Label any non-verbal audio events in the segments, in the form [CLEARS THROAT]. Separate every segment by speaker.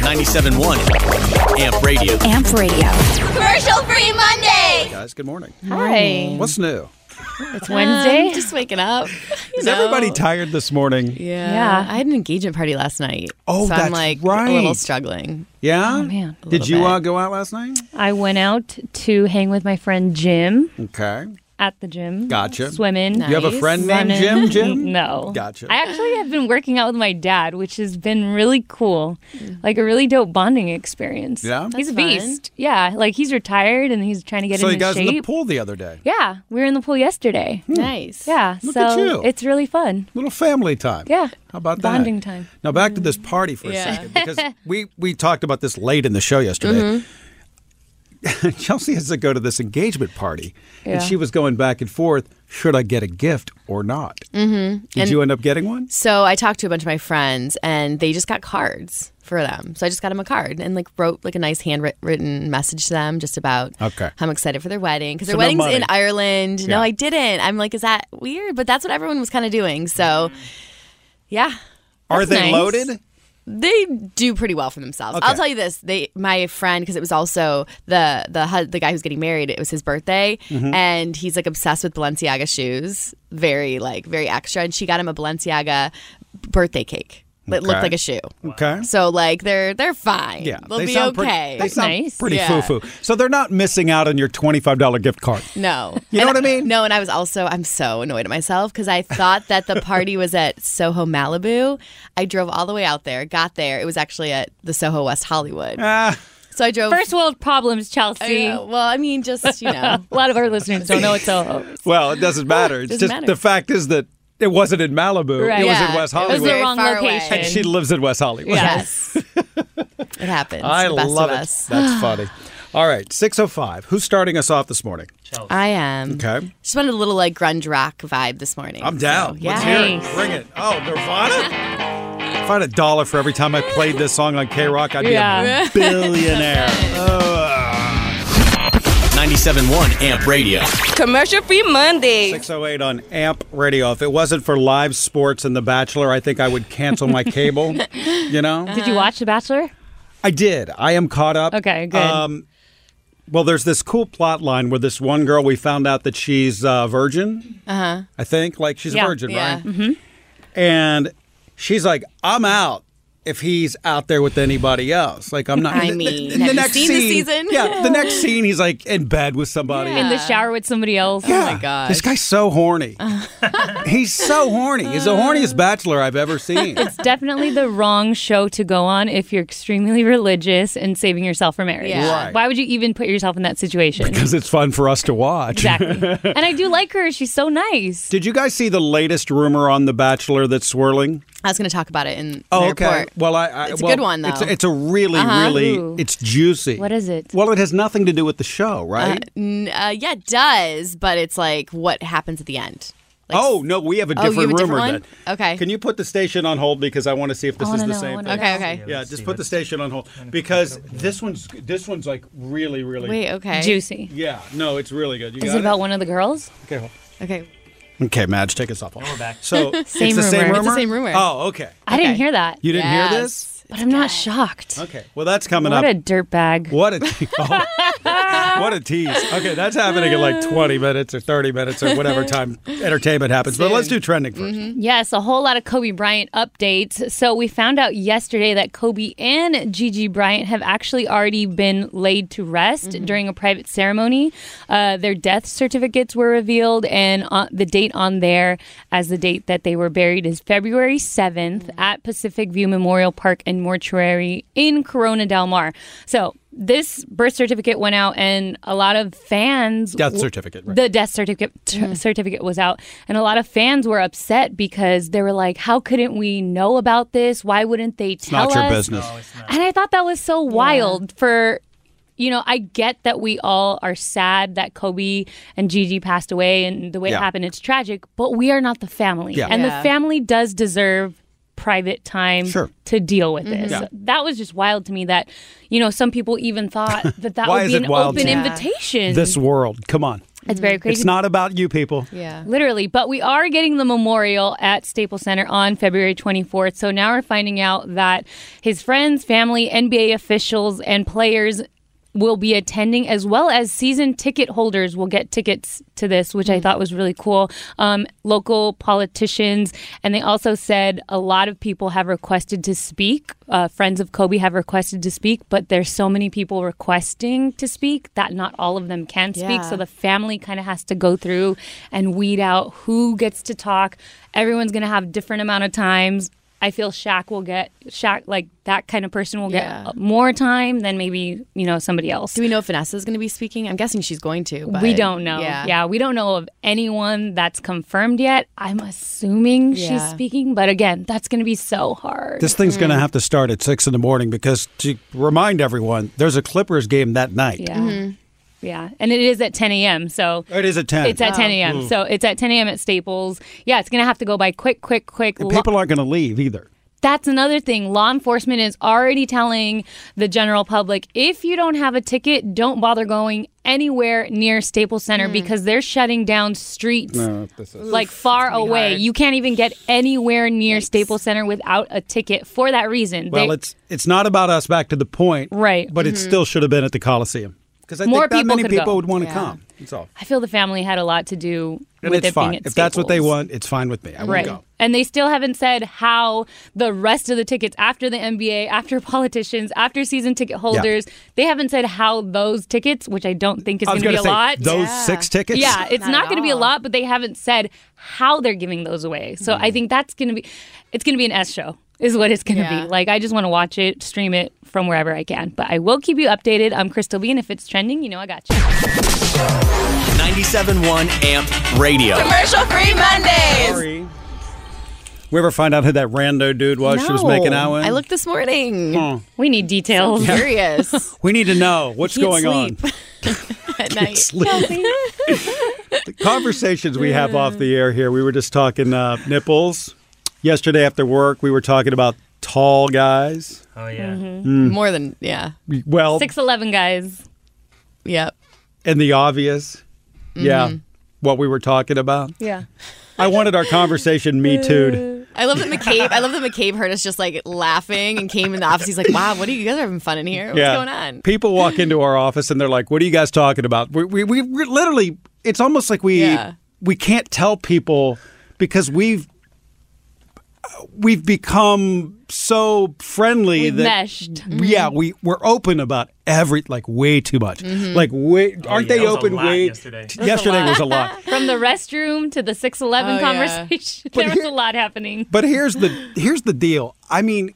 Speaker 1: 97.1 Amp Radio.
Speaker 2: Amp Radio.
Speaker 3: Commercial free Monday.
Speaker 1: Hey guys, good morning.
Speaker 4: Hi.
Speaker 1: What's new?
Speaker 4: It's Wednesday.
Speaker 5: Um, just waking up.
Speaker 1: [LAUGHS] Is everybody tired this morning?
Speaker 5: Yeah.
Speaker 4: Yeah.
Speaker 5: I had an engagement party last night.
Speaker 1: Oh,
Speaker 5: so
Speaker 1: that's
Speaker 5: I'm like
Speaker 1: right.
Speaker 5: a little struggling.
Speaker 1: Yeah.
Speaker 4: Oh, man. A
Speaker 1: Did
Speaker 5: little
Speaker 1: you
Speaker 5: bit.
Speaker 1: uh, go out last night?
Speaker 4: I went out to hang with my friend Jim
Speaker 1: Okay.
Speaker 4: at the gym.
Speaker 1: Gotcha.
Speaker 4: Swimming.
Speaker 1: You have a
Speaker 5: Nice.
Speaker 1: friend named
Speaker 4: running.
Speaker 1: Jim. Jim.
Speaker 4: no.
Speaker 1: Gotcha.
Speaker 4: I actually have been working out with my dad, which has been really cool. Like a really dope bonding experience.
Speaker 1: Yeah?
Speaker 4: he's a
Speaker 5: That's fun.
Speaker 4: beast. Yeah. Like he's retired and he's trying to get
Speaker 1: so you
Speaker 4: into
Speaker 1: guys
Speaker 4: shape.
Speaker 1: in the pool the other day.
Speaker 4: Yeah. We were in the pool yesterday.
Speaker 5: Nice.
Speaker 4: Hmm. Yeah.
Speaker 1: Look
Speaker 4: so
Speaker 1: at you.
Speaker 4: it's really fun.
Speaker 1: Little family time.
Speaker 4: Yeah.
Speaker 1: How about that?
Speaker 4: Bonding time.
Speaker 1: Now back to this party for a
Speaker 5: Yeah.
Speaker 1: second because we we talked about this late in the show yesterday. [LAUGHS] Chelsea has to go to this engagement party,
Speaker 4: Yeah.
Speaker 1: and she was going back and forth: should I get a gift or not? Mm-hmm. Did you end up getting one?
Speaker 5: So I talked to a bunch of my friends and they just got cards for them. So I just got them a card and like wrote like a nice handwritten message to them just about
Speaker 1: Okay.
Speaker 5: how I'm excited for their wedding because
Speaker 1: So
Speaker 5: their
Speaker 1: no
Speaker 5: wedding's in
Speaker 1: money.
Speaker 5: Ireland.
Speaker 1: Yeah.
Speaker 5: No, I didn't. I'm like, is that weird? But that's what everyone was kind of doing. So yeah.
Speaker 1: Mm. Are they
Speaker 4: nice.
Speaker 1: loaded?
Speaker 5: They do pretty well for themselves.
Speaker 1: Okay.
Speaker 5: I'll tell you this: they, my friend, because it was also the the hu- the guy who's getting married. It was his birthday,
Speaker 1: Mm-hmm.
Speaker 5: and he's like obsessed with Balenciaga shoes, very like very extra. And she got him a Balenciaga birthday cake that
Speaker 1: Okay.
Speaker 5: looked like a shoe.
Speaker 1: Okay.
Speaker 5: So like they're they're fine.
Speaker 1: Yeah,
Speaker 5: they'll
Speaker 1: they
Speaker 5: be
Speaker 1: sound pretty-
Speaker 5: okay.
Speaker 1: they sound
Speaker 4: nice.
Speaker 1: pretty
Speaker 5: Yeah.
Speaker 1: foo foo. So they're not missing out on your twenty five dollar gift card.
Speaker 5: no,
Speaker 1: You know what
Speaker 5: And
Speaker 1: I mean?
Speaker 5: No, and I was also I'm so annoyed at myself because I thought that the party was at Soho Malibu. I drove all the way out there, got there. It was actually at the Soho West
Speaker 1: [LAUGHS]
Speaker 5: Hollywood.
Speaker 1: Ah,
Speaker 5: So I drove
Speaker 4: First world problems, Chelsea.
Speaker 5: Yeah, well, I mean, just
Speaker 1: [LAUGHS]
Speaker 5: you know,
Speaker 4: A lot of our listeners don't know it's all.
Speaker 1: well, it doesn't matter. It's
Speaker 5: Doesn't
Speaker 1: just
Speaker 5: matter.
Speaker 1: the fact is that it wasn't in Malibu.
Speaker 4: Right.
Speaker 1: It was
Speaker 5: Yeah,
Speaker 1: in West
Speaker 5: it was
Speaker 1: Hollywood.
Speaker 4: the
Speaker 5: very
Speaker 4: wrong
Speaker 5: far away.
Speaker 4: location.
Speaker 1: [LAUGHS] and she lives in West Hollywood.
Speaker 5: yes, [LAUGHS] it happens.
Speaker 1: I
Speaker 5: the best
Speaker 1: love
Speaker 5: of
Speaker 1: it.
Speaker 5: us. [SIGHS]
Speaker 1: That's funny. All right, 605. Who's starting us off this morning?
Speaker 5: I am.
Speaker 1: Okay.
Speaker 5: Just wanted a little like grunge rock vibe this morning.
Speaker 1: I'm down.
Speaker 5: So, yeah.
Speaker 1: Let's hear it.
Speaker 4: Nice.
Speaker 1: Bring it. Oh, Nirvana?
Speaker 5: [LAUGHS]
Speaker 1: If I had a dollar for every time I played this song on K Rock, I'd be
Speaker 4: Yeah.
Speaker 1: a billionaire.
Speaker 5: [LAUGHS]
Speaker 1: Ugh. 97.1 Amp Radio.
Speaker 3: Commercial free Monday.
Speaker 1: 608 on Amp Radio. If it wasn't for live sports and The Bachelor, I think I would cancel my cable. you
Speaker 5: [LAUGHS]
Speaker 1: know?
Speaker 5: Uh-huh.
Speaker 4: Did you watch The Bachelor?
Speaker 1: I did. I am caught up.
Speaker 4: Okay, good.
Speaker 1: Um, well, there's this cool plot line where this one girl we found out that she's uh, virgin. Uh huh. I think like she's
Speaker 4: Yeah.
Speaker 1: a virgin,
Speaker 5: Uh-huh. Yeah. Mm-hmm.
Speaker 1: right? And she's like, "I'm out if he's out there with anybody else. Like I'm not." [LAUGHS]
Speaker 5: I
Speaker 1: And the-
Speaker 5: mean,
Speaker 1: and
Speaker 5: have you seen the season? [LAUGHS]
Speaker 1: Yeah, the next scene, he's like in bed with somebody.
Speaker 4: In the shower with somebody
Speaker 5: Oh
Speaker 4: else?
Speaker 1: Yeah. This
Speaker 5: gosh.
Speaker 1: guy's so
Speaker 5: [LAUGHS]
Speaker 1: horny. he's so horny. He's the horniest bachelor I've ever
Speaker 5: [LAUGHS]
Speaker 1: seen.
Speaker 4: definitely the wrong show to go on if you're extremely religious and saving yourself for marriage.
Speaker 5: Yeah.
Speaker 1: Right.
Speaker 4: Why would you even put yourself in that situation?
Speaker 1: Because it's fun for us to watch.
Speaker 4: exactly. and I do [LAUGHS] like her. She's so nice.
Speaker 1: Did you guys see the latest rumor on The Bachelor that's swirling?
Speaker 5: I was going to talk about it in the
Speaker 1: Oh, okay.
Speaker 5: report.
Speaker 1: Well, I, I
Speaker 5: It's a
Speaker 1: well,
Speaker 5: good one, though. Uh-huh.
Speaker 1: It's, it's a really, really,
Speaker 4: Ooh.
Speaker 1: it's juicy.
Speaker 4: What is it?
Speaker 1: Well, it has nothing to do with the show, right?
Speaker 5: N- uh, yeah, it does, but it's like what happens at the end. Like,
Speaker 1: oh no, we have a
Speaker 5: Oh, you
Speaker 1: different
Speaker 5: have a different
Speaker 1: rumor.
Speaker 5: one?
Speaker 1: Then.
Speaker 5: Okay.
Speaker 1: Can you put the station on hold because I want to see if this
Speaker 4: I
Speaker 1: is the
Speaker 4: wanna know, I
Speaker 1: same?
Speaker 4: wanna
Speaker 1: thing.
Speaker 4: know.
Speaker 5: Okay, okay.
Speaker 1: Yeah, just put the station on hold because this one's this one's like really, really.
Speaker 5: Wait, okay.
Speaker 4: Juicy.
Speaker 1: Yeah, no, it's really good. You
Speaker 4: Is
Speaker 1: got
Speaker 4: it about one of the girls?
Speaker 1: Okay, hold.
Speaker 5: Okay.
Speaker 1: okay, Madge, take us off. we're back. So it's
Speaker 4: [LAUGHS] Same
Speaker 1: the same rumor.
Speaker 4: rumor. It's the
Speaker 5: same rumor.
Speaker 1: Oh, okay.
Speaker 4: I didn't
Speaker 5: Okay.
Speaker 4: hear that.
Speaker 1: You didn't hear
Speaker 5: Yes.
Speaker 1: this?
Speaker 4: But I'm not shocked.
Speaker 1: Okay. Well, that's coming
Speaker 4: What
Speaker 1: up.
Speaker 4: a dirtbag.
Speaker 1: What a te- [LAUGHS] oh. what a tease. Okay, that's happening in like 20 minutes or 30 minutes or
Speaker 4: [LAUGHS]
Speaker 1: whatever time entertainment happens. But let's do trending 1st
Speaker 4: Yes, a whole lot of Kobe Bryant updates. So we found out yesterday that Kobe and Gigi Bryant have actually already been laid to rest during a private ceremony. Uh, their death certificates were revealed, and uh, the date on there as the date that they were buried is February 7th at Pacific View Memorial Park and Mortuary in Corona Del Mar. So this birth certificate went out, and a lot of fans
Speaker 1: Death certificate, right.
Speaker 4: the death certificate certificate was out, and a lot of fans were upset because they were like, "How couldn't we know about this? Why wouldn't they tell
Speaker 1: Not your
Speaker 4: us?"
Speaker 1: business.
Speaker 4: And I thought that was so wild for you know, I get that we all are sad that Kobe and Gigi passed away and the way
Speaker 1: Yeah.
Speaker 4: it happened, it's tragic, but we are not the family.
Speaker 1: Yeah.
Speaker 4: And
Speaker 5: Yeah.
Speaker 4: the family does deserve private time
Speaker 1: Sure.
Speaker 4: to deal with this.
Speaker 1: Yeah.
Speaker 4: That was just wild to me that, you know, some people
Speaker 1: [LAUGHS]
Speaker 4: even thought that that
Speaker 1: Why
Speaker 4: would
Speaker 1: is
Speaker 4: be
Speaker 1: it
Speaker 4: an
Speaker 1: wild
Speaker 4: open
Speaker 1: to you?
Speaker 4: invitation.
Speaker 1: This world. Come on.
Speaker 4: it's very crazy.
Speaker 1: It's not about you people.
Speaker 5: Yeah.
Speaker 4: Literally, but we are getting the memorial at Staples Center on February 24th. So now we're finding out that his friends, family, NBA officials, and players will be attending, as well as season ticket holders will get tickets to this, which I thought was really cool. Um, local politicians, and they also said a lot of people have requested to speak. Uh, friends of Kobe have requested to speak, but there's so many people requesting to speak that not all of them can speak.
Speaker 5: Yeah.
Speaker 4: So the family kind of has to go through and weed out who gets to talk. Everyone's going to have different amount of times. I feel Shaq will get Shaq like that kind of person will get
Speaker 5: Yeah.
Speaker 4: uh, more time than maybe you know somebody else.
Speaker 5: Do we know if Vanessa is going to be speaking? I'm guessing she's going to. But
Speaker 4: We don't know. Yeah. we don't know of anyone that's confirmed yet. I'm assuming she's
Speaker 5: Yeah.
Speaker 4: speaking, but again, that's going to be so hard.
Speaker 1: This thing's going to have to start at six in the morning because to remind everyone, there's a Clippers game that night.
Speaker 4: yeah,
Speaker 5: Mm-hmm.
Speaker 4: yeah, and it is at 10 a.m. So
Speaker 1: It is at ten.
Speaker 4: It's at 10
Speaker 5: Oh.
Speaker 4: a.m. So it's at 10 a.m. at Staples. Yeah, it's going to have to go by quick, quick, quick.
Speaker 1: And
Speaker 4: Lo-
Speaker 1: people aren't going to leave either.
Speaker 4: That's another thing. Law enforcement is already telling the general public if you don't have a ticket, don't bother going anywhere near Staples Center because they're shutting down streets like far away. You can't even get anywhere near Staples Center without a ticket for that reason.
Speaker 1: Well,
Speaker 4: They-
Speaker 1: it's it's not about us back to the point,
Speaker 4: Right. Mm-hmm.
Speaker 1: But it still should have been at the Coliseum because I
Speaker 4: More
Speaker 1: think that
Speaker 4: people
Speaker 1: many
Speaker 4: could
Speaker 1: people
Speaker 4: go.
Speaker 1: would want to come. That's all.
Speaker 4: I feel the family had a lot to do
Speaker 1: And
Speaker 4: with
Speaker 1: it's
Speaker 4: it being
Speaker 1: fine
Speaker 4: at
Speaker 1: if that's what they
Speaker 4: Staples.
Speaker 1: want. It's fine with me. I
Speaker 4: Right.
Speaker 1: won't go.
Speaker 4: And they still haven't said how the rest of the tickets after the NBA, after [LAUGHS] politicians, after season ticket holders, they haven't said how those tickets, which I don't think is
Speaker 1: I
Speaker 4: going
Speaker 1: was
Speaker 4: to be
Speaker 1: going
Speaker 4: a
Speaker 1: to say
Speaker 4: lot.
Speaker 1: those six tickets.
Speaker 4: yeah, it's
Speaker 5: Not
Speaker 4: not
Speaker 5: at
Speaker 4: going to be a
Speaker 5: all.
Speaker 4: lot, but they haven't said how they're giving those away. So
Speaker 1: Mm.
Speaker 4: I think that's going to be it's going to be an S show. Is what it's going to
Speaker 5: Yeah.
Speaker 4: be. Like I just want to watch it, stream it from wherever I can. But I will keep you updated. I'm Crystal B and if it's trending, you know I got you.
Speaker 2: 97.1 AMP Radio.
Speaker 6: Commercial free Mondays.
Speaker 1: Sorry. We ever find out who that rando dude was? Oh, She was making out with.
Speaker 5: I looked this morning.
Speaker 4: We need [LAUGHS]
Speaker 1: [LAUGHS]
Speaker 4: details.
Speaker 5: Curious.
Speaker 1: We need to
Speaker 4: [LAUGHS]
Speaker 1: know what's
Speaker 5: Can't
Speaker 1: going on.
Speaker 5: sleep At night.
Speaker 1: Sleep. the conversations we have
Speaker 4: [LAUGHS]
Speaker 1: off the air here. We were just talking uh, nipples yesterday after work. We were talking about tall guys.
Speaker 7: Oh yeah.
Speaker 5: More than, yeah.
Speaker 1: Well,
Speaker 4: 611 guys.
Speaker 5: Yep.
Speaker 1: and the obvious. Yeah. What we were talking about.
Speaker 4: Yeah.
Speaker 1: I wanted our conversation me too'd.
Speaker 5: I love that McCabe. I love that McCabe heard us just like laughing and came in the office. He's like, "Wow, what are you guys are having fun in here? What's
Speaker 1: Yeah.
Speaker 5: going on?"
Speaker 1: People walk into our office and they're like, "What are you guys talking about?" We we, we we're literally it's almost like we
Speaker 5: Yeah.
Speaker 1: we can't tell people because we've we've become so friendly
Speaker 4: We've
Speaker 1: that
Speaker 4: meshed.
Speaker 1: yeah, we we're open about every like way too much. Like way aren't
Speaker 7: Oh, yeah,
Speaker 1: they
Speaker 7: that was a
Speaker 1: open
Speaker 7: lot
Speaker 1: way
Speaker 7: yesterday. That
Speaker 1: yesterday was a lot.
Speaker 4: [LAUGHS] from the restroom to the 611
Speaker 5: Oh, yeah.
Speaker 4: conversation [LAUGHS] there was a lot happening [LAUGHS]
Speaker 1: But here's the here's the deal. I mean,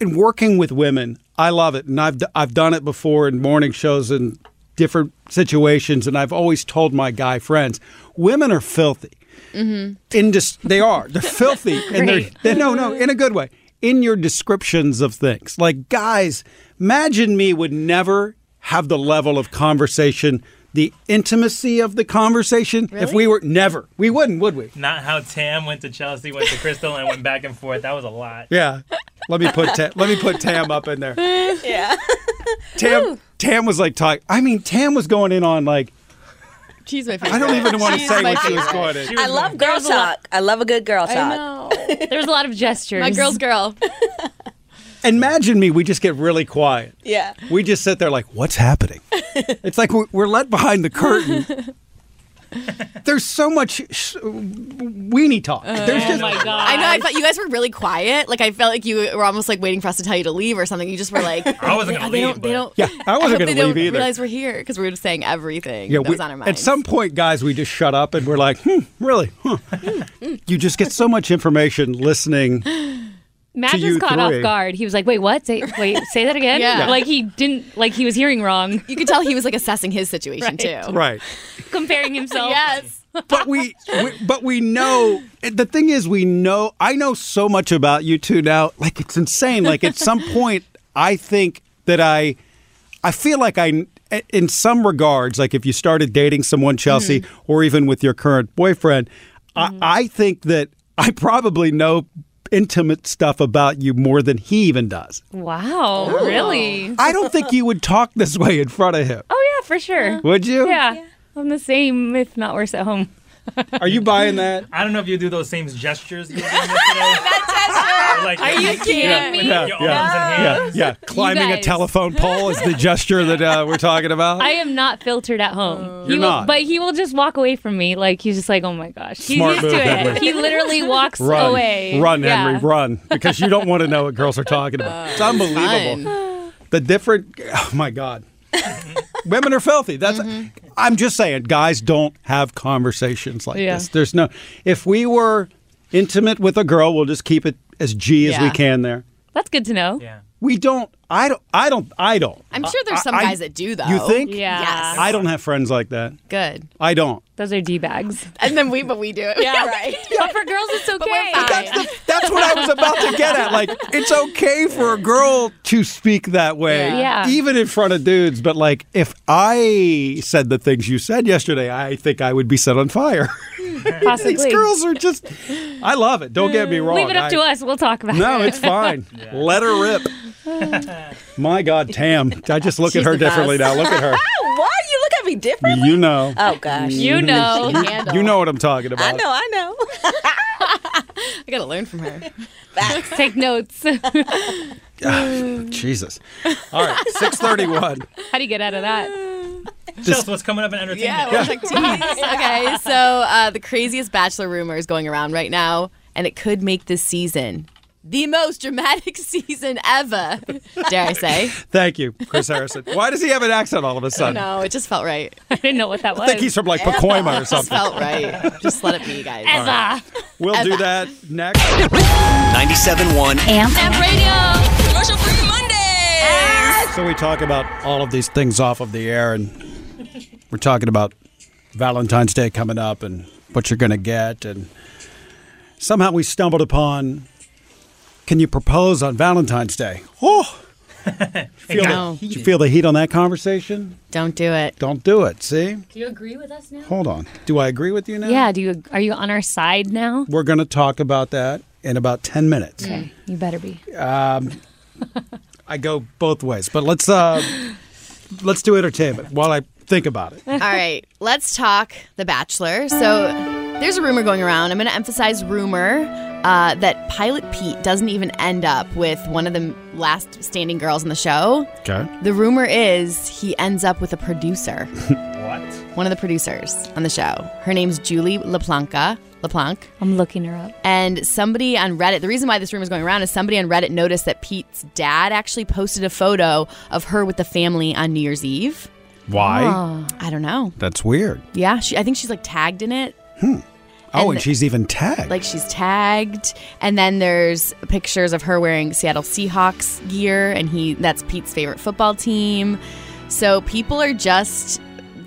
Speaker 1: in working with women, I love it, and I've d- I've done it before in morning shows and different situations, and I've always told my guy friends, women are filthy. In dis- they are they're filthy, and they're,
Speaker 4: Great.
Speaker 1: they no no in a good way. In your descriptions of things, like guys, imagine me would never have the level of conversation, the intimacy of the conversation. If we were never, we wouldn't, would we?
Speaker 7: Not how Tam went to Chelsea, went to Crystal, and went back and forth. That was a lot.
Speaker 1: Yeah. Let me put Ta- let me put Tam up in there. Yeah. Tam Tam was like talk. I mean, Tam was going in on like
Speaker 5: She's my favorite.
Speaker 1: I don't even want to
Speaker 5: She's
Speaker 1: say
Speaker 5: my
Speaker 1: what she was
Speaker 5: favorite.
Speaker 1: going in.
Speaker 6: I love girl talk. I love a good girl
Speaker 5: I
Speaker 6: talk.
Speaker 5: know.
Speaker 4: there was a lot of gestures
Speaker 5: My girl's girl.
Speaker 1: Imagine me. We just get really quiet.
Speaker 6: Yeah.
Speaker 1: We just sit there like, what's happening? It's like we're, we're let behind the curtain. There's so much sh- weenie talk. There's
Speaker 4: oh
Speaker 1: just
Speaker 4: my god
Speaker 5: I know. I felt you guys were really quiet. Like I felt like you were almost like waiting for us to tell you to leave or something. You just were
Speaker 1: [LAUGHS]
Speaker 5: like,
Speaker 7: I wasn't gonna
Speaker 5: they
Speaker 7: leave,
Speaker 5: don't. They
Speaker 7: but-
Speaker 5: don't.
Speaker 1: yeah. I
Speaker 5: I hope
Speaker 1: wasn't
Speaker 5: they
Speaker 1: going to
Speaker 5: don't
Speaker 1: leave either.
Speaker 5: realize we're here because we were saying everything
Speaker 1: Yeah,
Speaker 5: that
Speaker 1: we-
Speaker 5: was on our mind.
Speaker 1: At some point, guys, we just shut up and we're like, hmm, really? Huh. you just get so much information listening
Speaker 4: Matt
Speaker 1: to you
Speaker 4: just caught
Speaker 1: three.
Speaker 4: off guard. He was like, "Wait, what? Say, wait, say that again."
Speaker 5: Yeah.
Speaker 4: Like he didn't. Like he was hearing wrong. [LAUGHS]
Speaker 5: You could tell he was like assessing his situation too.
Speaker 1: Right.
Speaker 4: Comparing himself.
Speaker 5: Yes.
Speaker 1: But we, we but we know the thing is we know I know so much about you two now. Like it's insane. Like at
Speaker 4: [LAUGHS]
Speaker 1: some point I think that I I feel like I in some regards like if you started dating someone Chelsea
Speaker 4: Mm-hmm.
Speaker 1: or even with your current boyfriend, I, I think that I probably know intimate stuff about you more than he even does.
Speaker 4: Wow.
Speaker 5: Oh.
Speaker 4: Really?
Speaker 1: I don't think you would talk this way in front of him.
Speaker 4: [LAUGHS] Oh yeah, for sure.
Speaker 1: Would you?
Speaker 4: Yeah. I'm the same, if not worse, at home.
Speaker 1: Are you buying that?
Speaker 7: I don't know if you do those same gestures. You were doing yesterday.
Speaker 8: [LAUGHS]
Speaker 7: like, Are
Speaker 4: [LAUGHS]
Speaker 7: you
Speaker 4: kidding me?
Speaker 7: Your arms and
Speaker 1: Yeah,
Speaker 7: hands.
Speaker 1: yeah. Climbing a
Speaker 4: guys.
Speaker 1: telephone pole is the gesture that uh, we're talking about.
Speaker 4: I am not filtered at
Speaker 5: Oh.
Speaker 4: home. he
Speaker 1: You're
Speaker 4: will,
Speaker 1: not.
Speaker 4: But he will just walk away from me. Like he's just like, oh my gosh, he's
Speaker 1: Smart
Speaker 4: used
Speaker 1: move,
Speaker 4: to it.
Speaker 1: Henry.
Speaker 4: He literally walks
Speaker 1: run,
Speaker 4: away.
Speaker 1: run,
Speaker 4: Yeah.
Speaker 1: Henry, run, because you don't want to know what girls are talking about. It's unbelievable. The different. Oh my God. Women are filthy. That's. I'm just saying, guys don't have conversations like
Speaker 4: Yeah.
Speaker 1: this. There's no. If we were intimate with a girl, we'll just keep it as G as we
Speaker 5: Yeah.
Speaker 1: can. There.
Speaker 4: That's good to know.
Speaker 7: Yeah.
Speaker 1: We don't. I don't. I don't. I don't.
Speaker 5: I'm sure there's some
Speaker 1: I-
Speaker 5: guys that do though.
Speaker 1: You think?
Speaker 4: Yeah.
Speaker 5: Yes.
Speaker 1: I don't have friends like that.
Speaker 5: Good.
Speaker 1: I don't.
Speaker 4: Those are d [LAUGHS] bags.
Speaker 5: And then we, but we do it. [LAUGHS] Yeah. right.
Speaker 4: But for girls, it's okay.
Speaker 5: we're fine.
Speaker 1: That's, the, that's what I was about to get at. Like, it's okay for a girl to speak that way,
Speaker 4: Yeah. Yeah.
Speaker 1: even in front of dudes. But like, if I said the things you said yesterday, I think I would be set on fire. [LAUGHS]
Speaker 4: Possibly.
Speaker 1: These girls are just. I love it. Don't get me wrong.
Speaker 4: Leave it up to
Speaker 1: I-
Speaker 4: us. We'll talk about
Speaker 1: No,
Speaker 4: it. [LAUGHS]
Speaker 1: it's fine. Let her rip. My God, Tam! I just look at her
Speaker 9: the best.
Speaker 1: differently now. Look at
Speaker 4: [LAUGHS]
Speaker 1: her.
Speaker 9: Why you look at me differently?
Speaker 1: You know.
Speaker 9: Oh gosh.
Speaker 4: You know.
Speaker 1: You know what I'm talking
Speaker 9: I
Speaker 1: about.
Speaker 9: know, I know.
Speaker 5: I gotta learn from her.
Speaker 4: Take notes. [LAUGHS] How
Speaker 1: Jesus. All right, 631.
Speaker 4: do you get out of that? [LAUGHS]
Speaker 7: Chelsea, what's coming up in entertainment?
Speaker 5: [LAUGHS] [LAUGHS] Yeah, we're like, geez. okay, so uh, the craziest bachelor rumor is going around right now, and it could make this season the most dramatic [LAUGHS] season ever. Dare I say?
Speaker 1: Thank you, Chris Harrison. Why does he have an accent all of a sudden?
Speaker 5: No, it just felt right.
Speaker 4: I didn't know what that was.
Speaker 1: I think he's from like Pacoima or
Speaker 5: Just
Speaker 1: something.
Speaker 5: felt right. Just let it be, guys.
Speaker 4: Eva.
Speaker 1: We'll do that next.
Speaker 2: 97.1
Speaker 4: Amp Radio.
Speaker 9: Commercial free Mondays.
Speaker 1: So we talk about all of these things off of the air, and we're talking about Valentine's Day coming up and what you're going to get, and somehow we stumbled upon. Can you propose on Valentine's Day? Oh, feel
Speaker 5: No.
Speaker 1: the, did you feel the heat on that conversation?
Speaker 5: Don't do it.
Speaker 1: Don't do it. See,
Speaker 4: Do you agree with us now?
Speaker 1: hold on. Do I agree with you now?
Speaker 4: Yeah. Do you? Are you on our side now?
Speaker 1: We're going to talk about that in about ten minutes.
Speaker 4: Okay. You better be.
Speaker 1: I go both ways, but let's uh, let's do entertainment while I think about it.
Speaker 5: All right, let's talk The Bachelor. So there's a rumor going around. I'm going to emphasize rumor uh, that Pilot Pete doesn't even end up with one of the last standing girls in the show.
Speaker 1: Okay.
Speaker 5: The rumor is he ends up with a producer,
Speaker 7: What?
Speaker 5: one of the producers on the show. Her name's Julie LaPlanca. LaPlanc.
Speaker 4: I'm looking her up.
Speaker 5: And somebody on Reddit, the reason why this rumor is going around is somebody on Reddit noticed that Pete's dad actually posted a photo of her with the family on New Year's Eve.
Speaker 1: Why?
Speaker 5: I don't know.
Speaker 1: That's weird.
Speaker 5: Yeah, she, I think she's like tagged in it.
Speaker 1: Oh, and
Speaker 5: And-
Speaker 1: she's even tagged.
Speaker 5: Like she's tagged, and then there's pictures of her wearing Seattle Seahawks gear, and he—that's Pete's favorite football team. So people are just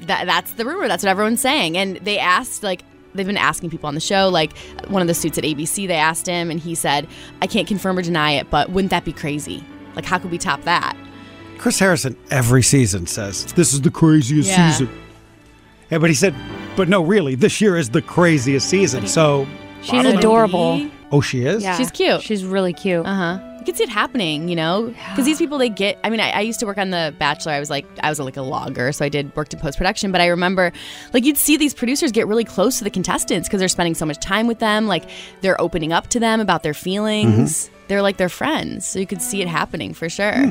Speaker 5: that—that's the rumor. That's what everyone's saying, and they asked like. They've been asking people on the show, like one of the suits at ABC, they asked him, and he said, I can't confirm or deny it, but wouldn't that be crazy? Like, how could we top that?
Speaker 1: Chris Harrison every season says this is the craziest
Speaker 5: Yeah.
Speaker 1: season. Yeah, but he said, but no, really, this year is the craziest season. So,
Speaker 4: She's adorable.
Speaker 1: oh, she is.
Speaker 4: Yeah.
Speaker 5: She's cute.
Speaker 4: She's really cute.
Speaker 5: Uh huh. You can see it happening, you know, because these people they get. I mean, I, I used to work on The Bachelor. I was like, I was like a logger, so I did worked in post production. But I remember, like, you'd see these producers get really close to the contestants because they're spending so much time with them. Like, they're opening up to them about their feelings. They're like their friends, so you could see it happening for sure.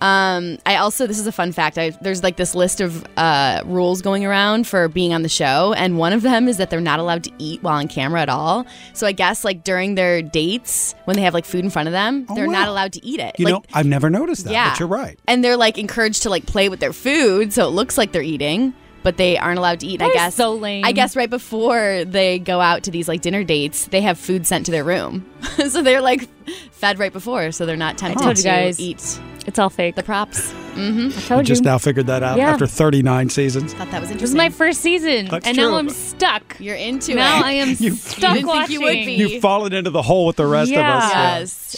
Speaker 5: Um, I also this is a fun fact. I, there's like this list of uh, rules going around for being on the show, and one of them is that they're not allowed to eat while on camera at all. So I guess like during their dates, when they have like food in front of them, they're not
Speaker 1: Oh, wow.
Speaker 5: allowed to eat it.
Speaker 1: You
Speaker 5: like,
Speaker 1: know, I've never noticed that.
Speaker 5: yeah,
Speaker 1: But you're right.
Speaker 5: And they're like encouraged to like play with their food, so it looks like they're eating. but they aren't allowed to eat. And
Speaker 4: That is
Speaker 5: I guess
Speaker 4: so lame.
Speaker 5: I guess right before they go out to these like dinner dates, they have food sent to their room, [LAUGHS] so they're like fed right before, so they're not tempted
Speaker 4: told
Speaker 5: to
Speaker 4: you guys.
Speaker 5: eat.
Speaker 4: It's all fake.
Speaker 5: The props. Mm-hmm.
Speaker 4: told
Speaker 1: I just now figured that out
Speaker 4: Yeah.
Speaker 1: after 39 seasons.
Speaker 5: Thought that was
Speaker 4: This is my first season,
Speaker 1: That's
Speaker 4: and
Speaker 1: true.
Speaker 4: now I'm stuck.
Speaker 5: You're into
Speaker 4: now
Speaker 5: it.
Speaker 4: I am
Speaker 5: [LAUGHS] You-
Speaker 4: stuck
Speaker 5: You didn't think
Speaker 4: watching.
Speaker 5: you would be.
Speaker 1: You've fallen into the hole with the rest of us. yeah.
Speaker 5: Yes.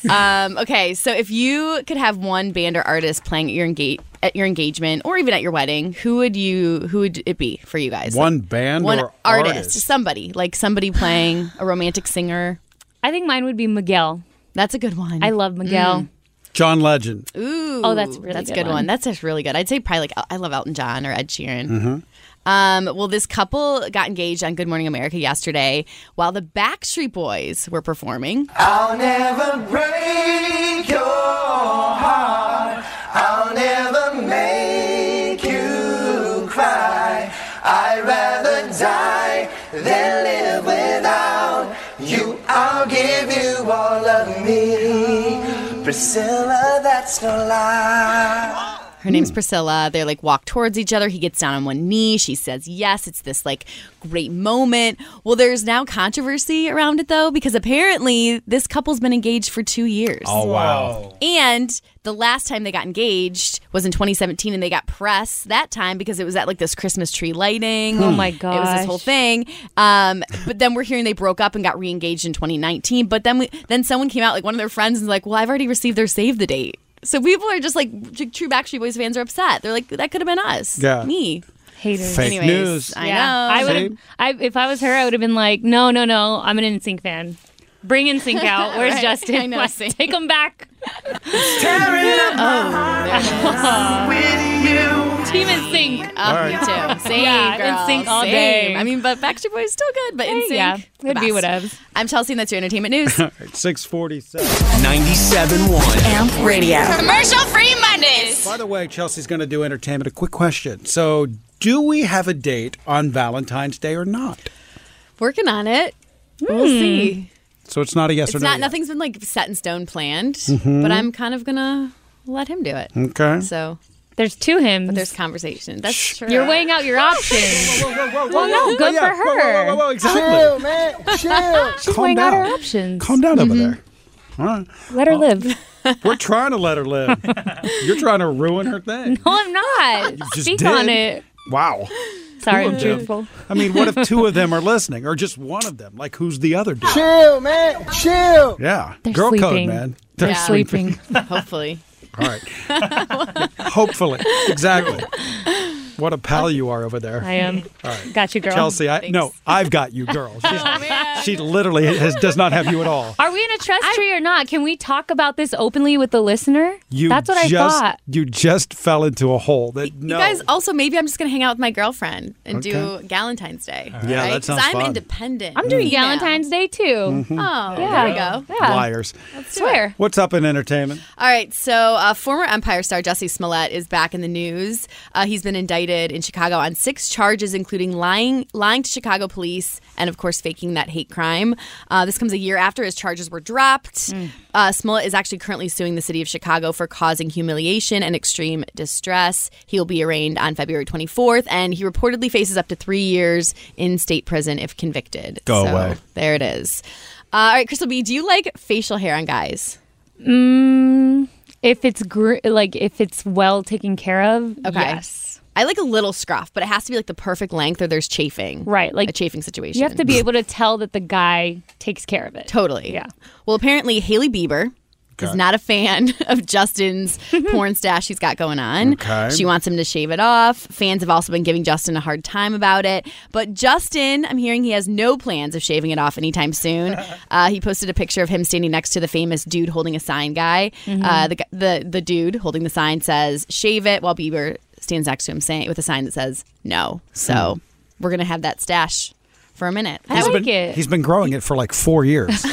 Speaker 5: Jeez. Um, okay, so if you could have one band or artist playing at your engage at your engagement or even at your wedding, who would you who would it be for you guys?
Speaker 1: One
Speaker 5: Like,
Speaker 1: band
Speaker 5: one
Speaker 1: or
Speaker 5: artist,
Speaker 1: artist?
Speaker 5: somebody like somebody playing a romantic singer.
Speaker 4: I think mine would be Miguel.
Speaker 5: That's a good one.
Speaker 4: I love
Speaker 1: Mm.
Speaker 4: Miguel.
Speaker 1: John Legend.
Speaker 5: Ooh,
Speaker 4: Oh, that's a really
Speaker 5: that's a
Speaker 4: good
Speaker 5: good one.
Speaker 4: one.
Speaker 5: That's a really good. I'd say probably like El- I love Elton John or Ed Sheeran.
Speaker 1: Mm-hmm.
Speaker 5: Um, well, this couple got engaged on Good Morning America yesterday while the Backstreet Boys were performing.
Speaker 6: I'll never break your heart. I'll never make you cry. I'd rather die than live without you. I'll give you all of me. Priscilla, that's no lie.
Speaker 5: Her name's
Speaker 7: Hmm.
Speaker 5: Priscilla. They like walk towards each other. He gets down on one knee. She says yes. It's this like great moment. Well, there's now controversy around it though because apparently this couple's been engaged for two years.
Speaker 7: Oh, wow.
Speaker 5: And the last time they got engaged was in 2017, and they got press that time because it was at like this Christmas tree lighting.
Speaker 7: Hmm.
Speaker 4: Oh my
Speaker 5: It was this
Speaker 4: gosh.
Speaker 5: whole thing. Um, but then we're hearing they broke up and got reengaged in 2019. But then we, then someone came out, like one of their friends, and was like, "Well, I've already received their save the date." So people are just like tr- true Backstreet Boys fans are upset. They're like, "That could have been us,
Speaker 1: Yeah.
Speaker 5: me."
Speaker 4: Haters.
Speaker 1: Fake
Speaker 5: Anyways,
Speaker 1: news.
Speaker 5: I
Speaker 4: Yeah.
Speaker 5: know.
Speaker 4: I would. I, if I was her, I would have been like, no, no, no. I'm an NSYNC fan. Bring
Speaker 5: [LAUGHS]
Speaker 4: NSYNC out. Where's
Speaker 5: Right.
Speaker 4: Justin?
Speaker 5: I know,
Speaker 4: Let's
Speaker 5: same.
Speaker 4: Take him back. Oh. [LAUGHS] Team NSYNC.
Speaker 5: Oh, me too. Same,
Speaker 4: Yeah,
Speaker 5: girl.
Speaker 4: NSYNC all
Speaker 5: Same.
Speaker 4: day.
Speaker 5: I mean, but Backstreet Boys still good, but in sync,
Speaker 4: yeah. It'd be whatevs.
Speaker 5: I'm Chelsea, and that's your
Speaker 1: [LAUGHS]
Speaker 5: entertainment news.
Speaker 1: At 647.
Speaker 2: 97.1
Speaker 9: Amp Radio.
Speaker 3: Commercial free Mondays.
Speaker 1: By the way, Chelsea's going to do entertainment. A quick question. So, do we have a date on Valentine's Day or not?
Speaker 5: Working on it.
Speaker 4: Hmm.
Speaker 5: We'll see.
Speaker 1: So, it's not a yes or
Speaker 5: it's
Speaker 1: no.
Speaker 5: not
Speaker 1: yet.
Speaker 5: nothing's been like set in stone planned
Speaker 1: Mhm.
Speaker 5: but i'm kind of gonna let him do it
Speaker 1: Okay.
Speaker 5: so
Speaker 4: There's two hymns.
Speaker 5: but there's conversation that's true
Speaker 4: You're weighing out your options. Well, no, good
Speaker 1: yeah.
Speaker 4: for
Speaker 1: Whoa, whoa,
Speaker 4: her.
Speaker 1: whoa, whoa, exactly.
Speaker 6: man.
Speaker 1: [LAUGHS]
Speaker 6: Chill. Mm-hmm.
Speaker 4: She's
Speaker 1: Calm
Speaker 4: weighing out
Speaker 1: down.
Speaker 4: her options.
Speaker 1: Calm down over there. All right.
Speaker 4: Let her live.
Speaker 1: [LAUGHS]
Speaker 4: No,
Speaker 1: We're trying to let
Speaker 6: [LAUGHS]
Speaker 1: her live. You're trying to ruin her thing.
Speaker 4: Oh, I'm not.
Speaker 1: just
Speaker 4: Speak
Speaker 1: did.
Speaker 4: on it.
Speaker 1: Wow.
Speaker 4: Sorry,
Speaker 1: Two
Speaker 4: I'm
Speaker 1: of them.
Speaker 4: truthful.
Speaker 1: I mean, what if two of them are listening or just one of them? Like, who's the other dude?
Speaker 6: Chill, man. Chill.
Speaker 1: Yeah.
Speaker 4: They're
Speaker 1: Girl code,
Speaker 4: sleeping.
Speaker 1: man.
Speaker 4: They're
Speaker 5: Yeah.
Speaker 1: [LAUGHS]
Speaker 4: sleeping.
Speaker 5: hopefully
Speaker 1: All right. [LAUGHS] Hopefully. Exactly. What a pal you are over there.
Speaker 4: I am. Got you, girl.
Speaker 1: Chelsea, I, no, I've got you, girl. She's,
Speaker 4: [LAUGHS] Oh,
Speaker 1: she literally has, does not have you at all.
Speaker 4: Are we in a trust tree or not? Can we talk about this openly with the listener?
Speaker 1: You
Speaker 4: That's what
Speaker 1: just,
Speaker 4: I thought.
Speaker 1: You just fell into a hole. That uh, no,
Speaker 5: you guys also maybe i'm just gonna hang out with my girlfriend and
Speaker 1: Okay.
Speaker 5: do galentine's day
Speaker 1: Yeah,
Speaker 5: right?
Speaker 1: that
Speaker 5: 'Cause
Speaker 1: sounds
Speaker 5: i'm
Speaker 1: fun. Mm. Hmm.
Speaker 5: independent
Speaker 4: I'm doing
Speaker 5: You know.
Speaker 4: Valentine's Day too.
Speaker 5: oh
Speaker 4: Yeah.
Speaker 5: Mm. there we go
Speaker 4: Yeah.
Speaker 1: liars.
Speaker 4: Swear.
Speaker 1: What's up in entertainment?
Speaker 5: All right, so uh, former Empire star Jesse Smollett is back in the news. Uh, he's been indicted in Chicago on six charges, including lying, lying to Chicago police, and of course, faking that hate crime. Uh, this comes a year after his charges were dropped. Uh, Smollett is actually currently suing the city of Chicago for causing humiliation and extreme distress. He will be arraigned on February 24th, and he reportedly faces up to three years in state prison if convicted.
Speaker 1: Go
Speaker 5: So,
Speaker 1: away.
Speaker 5: There it is. Uh, all right, Crystal B, do you like facial hair on guys?
Speaker 4: Mm, if it's gr- like if it's well taken care of.
Speaker 5: Okay.
Speaker 4: Yes.
Speaker 5: I like a little scruff, but it has to be like the perfect length or there's chafing.
Speaker 4: Right. Like
Speaker 5: A chafing situation.
Speaker 4: you have to be able to tell that the guy takes care of it.
Speaker 5: Totally.
Speaker 4: Yeah.
Speaker 5: Well, apparently, Haley Bieber. Is
Speaker 1: Okay.
Speaker 5: not a fan [LAUGHS] of
Speaker 4: [LAUGHS]
Speaker 5: Justin's porn stash he's got going on.
Speaker 1: Okay.
Speaker 5: She wants him to shave it off. Fans have also been giving Justin a hard time about it. But Justin, I'm hearing he has no plans of shaving it off
Speaker 4: [LAUGHS]
Speaker 5: anytime soon. Uh, he posted a picture of him standing next to the famous dude holding a sign guy.
Speaker 4: Mm-hmm.
Speaker 5: Uh, the, gu- the the dude holding the sign says "shave it," while Bieber stands next to him saying with a sign that says "no." So
Speaker 1: Hmm.
Speaker 5: we're gonna have that stash for a minute.
Speaker 4: I like
Speaker 1: been,
Speaker 4: it.
Speaker 1: He's been growing it for like four
Speaker 4: [LAUGHS]
Speaker 1: years.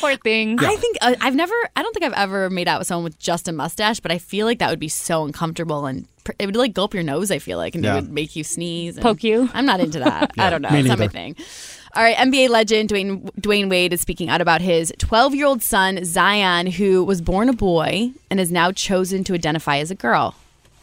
Speaker 4: Poor thing.
Speaker 5: I think uh, I've never. I don't think I've ever made out with someone with just a mustache, but I feel like that would be so uncomfortable and pr- it would like gulp your nose. I feel like, and
Speaker 1: Yeah.
Speaker 5: it would make you sneeze, and
Speaker 4: Poke you.
Speaker 5: I'm not into
Speaker 1: [LAUGHS]
Speaker 5: that. I don't know.
Speaker 1: me
Speaker 5: It's not my
Speaker 1: neither.
Speaker 5: thing. All right, NBA legend Dwayne Dwayne Wade is speaking out about his 12 year old son Zion, who was born a boy and is now chosen to identify as a girl.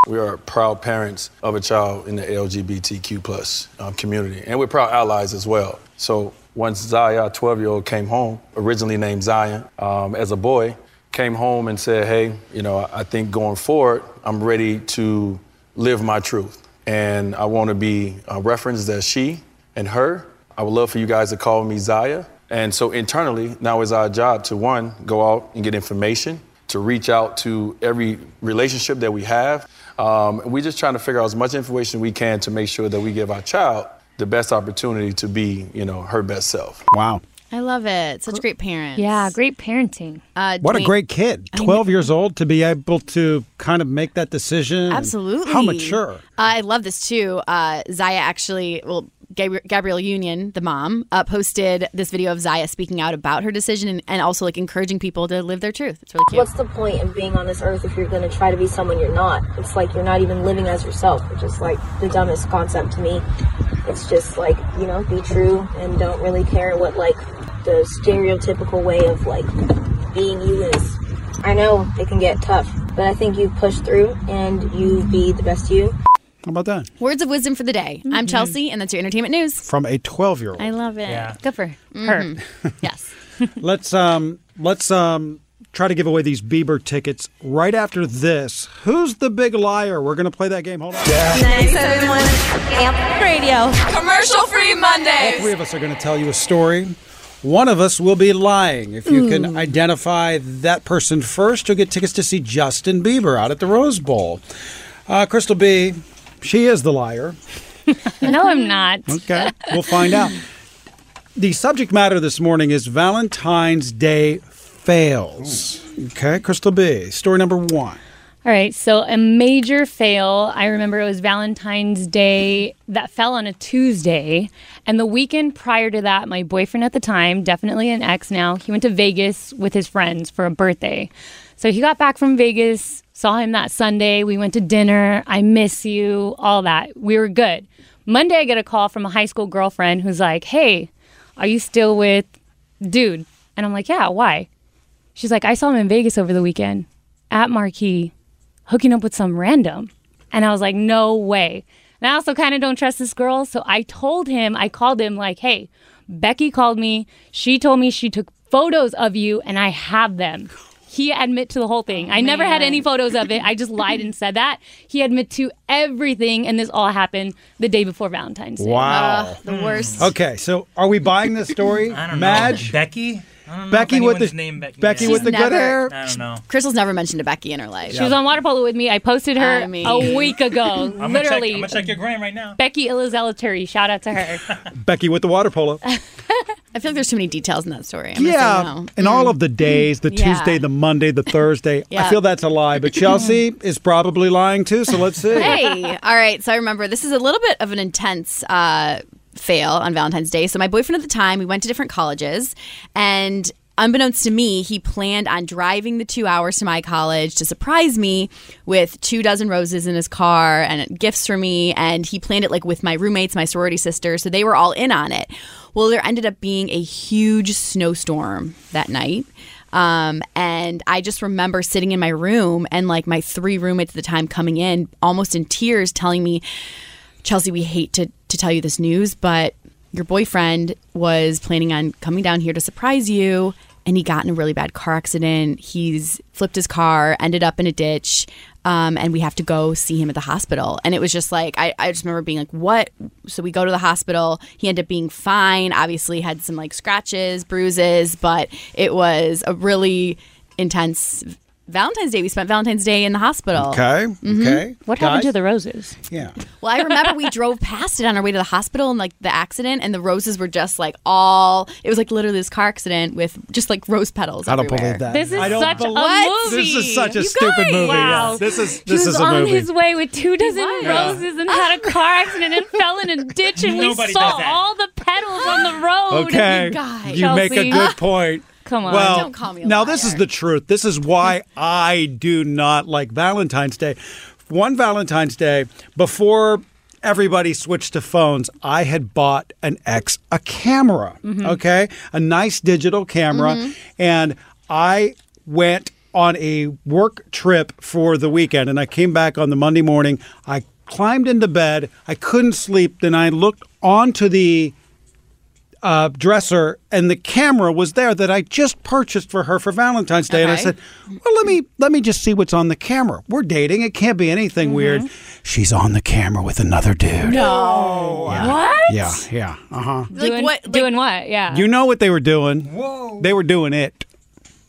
Speaker 10: We are proud parents of a child in the LGBTQ plus um, community, and we're proud allies as well. So once Zaya, our 12 year old, came home, originally named Zion, um, as a boy, came home and said, "Hey, you know, I- I think going forward, I'm ready to live my truth, and I want to be uh, referenced as she and her. I would love for you guys to call me Zaya." And so internally, now it's our job to one, go out and get information, to reach out to every relationship that we have. Um, and we're just trying to figure out as much information we can to make sure that we give our child the best opportunity to be, you know, her best self.
Speaker 1: Wow.
Speaker 5: I love it. Such great parents.
Speaker 4: Yeah, great parenting.
Speaker 5: Uh,
Speaker 1: What a
Speaker 5: Dwayne-
Speaker 1: great kid. 12 years old to be able to kind of make that decision.
Speaker 5: Absolutely.
Speaker 1: How mature.
Speaker 5: Uh, I love this too. Uh, Zaya actually, well, Gabri- Gabrielle Union, the mom, uh, posted this video of Zaya speaking out about her decision and, and also like encouraging people to live their truth. It's really cute.
Speaker 8: What's the point in being on this earth if you're going to try to be someone you're not? It's like you're not even living as yourself, which is like the dumbest concept to me. It's just like, you know, be true and don't really care what like the stereotypical way of like being you is. I know it can get tough, but I think you push through and you be the best you.
Speaker 1: How about that?
Speaker 5: Words of wisdom for the day. I'm Chelsea, and that's your entertainment news.
Speaker 1: From a 12 year old.
Speaker 5: I love it. Mm-hmm.
Speaker 1: Yeah.
Speaker 5: Good for her. yes.
Speaker 1: let's um let's um try to give away these Bieber tickets right after this. Who's the big liar? We're gonna play that game. Hold on.
Speaker 9: 971 Amp Radio. Commercial free
Speaker 1: All
Speaker 9: Mondays.
Speaker 1: three of us are gonna tell you a story. One of us will be lying. If you can identify that person first, you'll get tickets to see Justin Bieber out at the Rose Bowl. Uh, Crystal B, she is the liar.
Speaker 4: [LAUGHS] no, I'm
Speaker 5: [LAUGHS]
Speaker 4: not.
Speaker 1: Okay, we'll find out. The subject matter this morning is Valentine's Day fails. Okay, Crystal B, story number one.
Speaker 4: All right, so a major fail. I remember it was Valentine's Day that fell on a Tuesday. And the weekend prior to that, my boyfriend at the time, definitely an ex now, he went to Vegas with his friends for a birthday. So he got back from Vegas, saw him that Sunday. We went to dinner. I miss you, all that. We were good. Monday, I get a call from a high school girlfriend who's like, hey, are you still with dude? And I'm like, yeah, why? She's like, I saw him in Vegas over the weekend at Marquee hooking up with some random. And I was like, no way. And I also kind of don't trust this girl. So I told him, I called him, like, hey, Becky called me. She told me she took photos of you and I have them. He admit to the whole thing. I never had any photos of it. I just lied and said that. He admit to everything and this all happened the day before Valentine's Day.
Speaker 1: Wow.
Speaker 5: Uh, the worst.
Speaker 1: Okay, so are we buying this
Speaker 7: [LAUGHS]
Speaker 1: story?
Speaker 7: I don't know.
Speaker 1: Madge?
Speaker 7: Becky? I don't know
Speaker 1: Becky
Speaker 7: if
Speaker 1: with the
Speaker 7: anyone's named Becky.
Speaker 1: Becky
Speaker 7: Yeah.
Speaker 1: with the
Speaker 5: She's
Speaker 1: good hair.
Speaker 5: never-
Speaker 7: I don't know.
Speaker 5: Crystal's never mentioned a Becky in her life.
Speaker 4: She was on water polo with me. I posted her
Speaker 5: I mean-
Speaker 4: a
Speaker 7: [LAUGHS]
Speaker 4: week ago.
Speaker 7: I'm gonna check-
Speaker 4: literally.
Speaker 7: I'm gonna check your gram right now.
Speaker 4: Becky Illizellateri. Shout out to her.
Speaker 1: Becky with the water polo.
Speaker 5: [LAUGHS] I feel like there's too many details in that story. I'm
Speaker 1: yeah,
Speaker 5: Gonna say no. Mm.
Speaker 1: and all of the days, the
Speaker 5: Yeah.
Speaker 1: Tuesday, the Monday, the Thursday. I
Speaker 5: Yeah. Mm-hmm.
Speaker 1: feel that's a lie, but Chelsea is probably lying too, so let's see.
Speaker 5: hey, all right. So I remember this is a little bit of an intense uh, fail on Valentine's Day. So my boyfriend at the time, we went to different colleges, and unbeknownst to me, he planned on driving the two hours to my college to surprise me with two dozen roses in his car and gifts for me. And he planned it like with my roommates, my sorority sisters, so they were all in on it. Well, there ended up being a huge snowstorm that night. Um, and I just remember sitting in my room and like my three roommates at the time coming in almost in tears telling me, Chelsea, we hate to, to tell you this news, but your boyfriend was planning on coming down here to surprise you. And he got in a really bad car accident. He's flipped his car, ended up in a ditch, um, and we have to go see him at the hospital. And it was just like, I, I just remember being like, what? So we go to the hospital. He ended up being fine, obviously, had some like scratches, bruises, but it was a really intense Valentine's Day. We spent Valentine's Day in the hospital.
Speaker 1: Okay. Okay.
Speaker 5: Mm-hmm. What happened to
Speaker 4: the roses?
Speaker 1: Yeah.
Speaker 5: Well, I remember
Speaker 1: [LAUGHS]
Speaker 5: we drove past it on our way to the hospital and like the accident, and the roses were just like all. It was like literally this car accident with just like rose petals.
Speaker 1: I don't
Speaker 5: everywhere.
Speaker 1: believe that. This is I don't such a believe-
Speaker 4: What?
Speaker 1: This is such a
Speaker 4: You
Speaker 1: stupid
Speaker 4: guys.
Speaker 1: movie.
Speaker 4: Wow.
Speaker 1: Yeah. This is
Speaker 4: He
Speaker 1: this
Speaker 4: was
Speaker 1: is a
Speaker 4: on
Speaker 1: movie.
Speaker 4: his way with two dozen
Speaker 1: Yeah.
Speaker 4: roses and had a car accident and fell in a ditch, and
Speaker 7: Nobody
Speaker 4: we saw
Speaker 7: does that.
Speaker 4: all the petals on the road.
Speaker 1: okay. You make a
Speaker 4: Chelsea.
Speaker 1: good point.
Speaker 4: [LAUGHS] Come on.
Speaker 1: Well,
Speaker 4: Don't call me a
Speaker 1: now this is the truth. This is why I do not like Valentine's Day. One Valentine's Day before everybody switched to phones, I had bought an ex a camera,
Speaker 4: Mm-hmm.
Speaker 11: Mhm.
Speaker 1: okay? A nice digital camera
Speaker 11: Mhm.
Speaker 1: and I went on a work trip for the weekend, and I came back on the Monday morning. I climbed into bed. I couldn't sleep. Then I looked onto the uh, dresser, and the camera was there that I just purchased for her for Valentine's Day. And I
Speaker 11: Okay.
Speaker 1: said, "Well, let me let me just see what's on the camera. We're dating. It can't be anything
Speaker 5: Mm-hmm.
Speaker 1: weird." She's on the camera with another dude.
Speaker 4: No. What?
Speaker 1: Yeah, yeah, uh huh.
Speaker 4: Doing, what? doing what? Yeah.
Speaker 1: You know what they were doing? Whoa! They were doing it.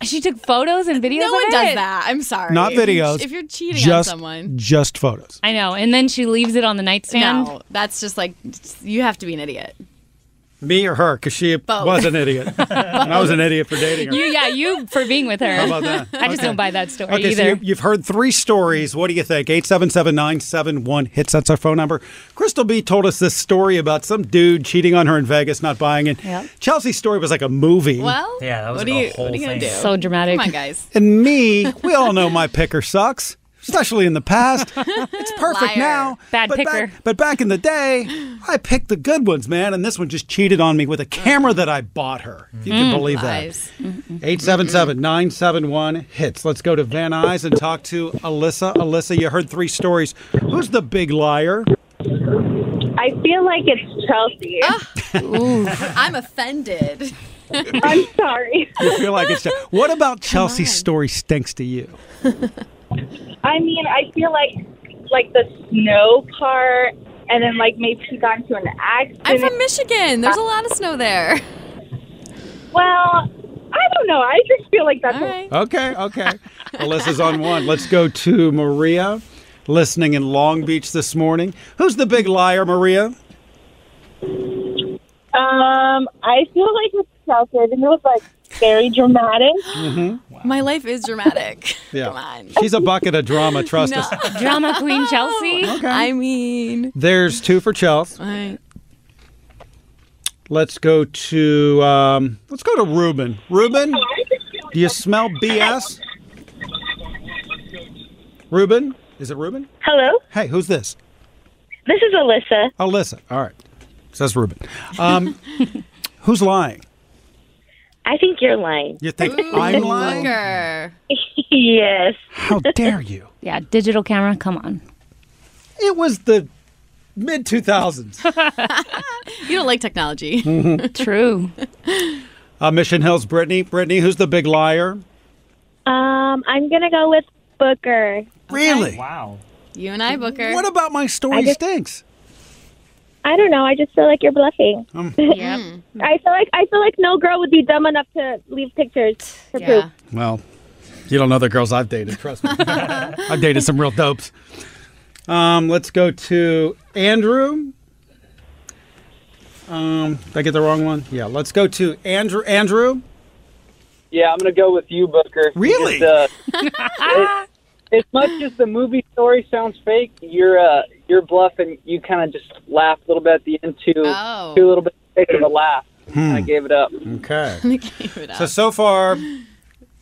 Speaker 4: she took photos and videos.
Speaker 5: No
Speaker 4: of
Speaker 5: one does
Speaker 4: it?
Speaker 5: that. I'm sorry.
Speaker 1: Not videos.
Speaker 5: If you're cheating
Speaker 1: just,
Speaker 5: on someone,
Speaker 1: just photos.
Speaker 4: I know. And then she leaves it on the nightstand.
Speaker 5: no, that's just like you have to be an idiot.
Speaker 1: Me or her, because she
Speaker 5: Both.
Speaker 1: was an
Speaker 5: [LAUGHS]
Speaker 1: idiot, and I was an idiot for dating her.
Speaker 4: You, yeah, you for being with her.
Speaker 1: How about that?
Speaker 4: I just
Speaker 1: Okay.
Speaker 4: don't buy that story
Speaker 1: okay,
Speaker 4: either.
Speaker 1: so you, you've heard three stories. What do you think? Eight seven seven nine seven one hits. That's our phone number. Crystal B told us this story about some dude cheating on her in Vegas, not buying it.
Speaker 5: Yep.
Speaker 1: Chelsea's story was like a movie.
Speaker 5: Well,
Speaker 7: yeah, that
Speaker 5: was what
Speaker 7: like
Speaker 5: are
Speaker 7: a
Speaker 5: you, what
Speaker 7: whole
Speaker 5: are you gonna
Speaker 7: thing.
Speaker 5: do?
Speaker 7: So
Speaker 4: dramatic.
Speaker 5: Come on, guys.
Speaker 1: [LAUGHS] And me, we all know my picker sucks, especially in the past. It's perfect
Speaker 5: Liar.
Speaker 1: now.
Speaker 5: Bad
Speaker 1: but
Speaker 5: picker.
Speaker 1: Back, but back in the day, I picked the good ones, man, and this one just cheated on me with a camera that I bought her. If you can
Speaker 5: Mm.
Speaker 1: believe that. 877 971 hits. Let's go to Van Nuys and talk to Alyssa. Alyssa, you heard three stories. Who's the big liar?
Speaker 12: I feel like it's Chelsea.
Speaker 5: I'm offended.
Speaker 12: [LAUGHS] I'm sorry.
Speaker 1: You feel like it's. What about Chelsea's story stinks to you?
Speaker 12: I mean, I feel like like the snow part, and then like maybe she got into an accident.
Speaker 5: I'm from Michigan. There's a lot of snow there.
Speaker 12: Well, I don't know. I just feel like that's a-
Speaker 1: Okay, okay. [LAUGHS] Alyssa's on one. Let's go to Maria, listening in Long Beach this morning. Who's the big liar, Maria?
Speaker 12: um. I feel like it's Chelsea. I think it was like very dramatic.
Speaker 1: Mm-hmm.
Speaker 5: My life is dramatic.
Speaker 1: Yeah. She's a bucket of drama, trust us.
Speaker 4: [LAUGHS] Drama queen Chelsea.
Speaker 5: I mean,
Speaker 1: There's two for Chels.
Speaker 5: I,
Speaker 1: Let's go to um, let's go to Ruben. Ruben, do you smell BS? Ruben, is it Ruben?
Speaker 13: Hello.
Speaker 1: Hey, who's this?
Speaker 13: This is Alyssa.
Speaker 1: Alyssa. All right, says Ruben. Um, [LAUGHS] who's lying?
Speaker 13: I think you're lying.
Speaker 1: You think I'm lying?
Speaker 13: yes.
Speaker 1: How dare you?
Speaker 4: Yeah, digital camera. Come on.
Speaker 1: It was the mid 2000s.
Speaker 5: you don't like technology.
Speaker 1: Mhm.
Speaker 5: [LAUGHS]
Speaker 4: True.
Speaker 1: Uh, Mission Hills, Brittany. Brittany, who's the big liar?
Speaker 13: [LAUGHS] Um, I'm gonna go with Booker.
Speaker 1: Really?
Speaker 7: Wow.
Speaker 5: You and I, Booker.
Speaker 1: What about my story
Speaker 13: I just-
Speaker 1: stinks?
Speaker 13: I don't know. I just feel like you're bluffing. [LAUGHS]
Speaker 1: Um,
Speaker 13: I feel like I feel like no girl would be dumb enough to leave pictures for proof.
Speaker 1: [LAUGHS] Well, you don't know the girls I've dated. Trust me. I've dated some real dopes. Um, let's go to Andrew. Um, did I get the wrong one? Yeah, let's go to Andrew. Andrew?
Speaker 14: Yeah, I'm going to go with you, Booker.
Speaker 1: Really? [LAUGHS]
Speaker 14: Because, uh, as much as the movie story sounds fake, you're uh, you're bluffing. You kind of just laugh a little bit at the end to
Speaker 5: Oh.
Speaker 14: do a little bit fake of a laugh. I
Speaker 1: Hmm.
Speaker 14: gave it up.
Speaker 1: Okay.
Speaker 5: it
Speaker 1: So, so far,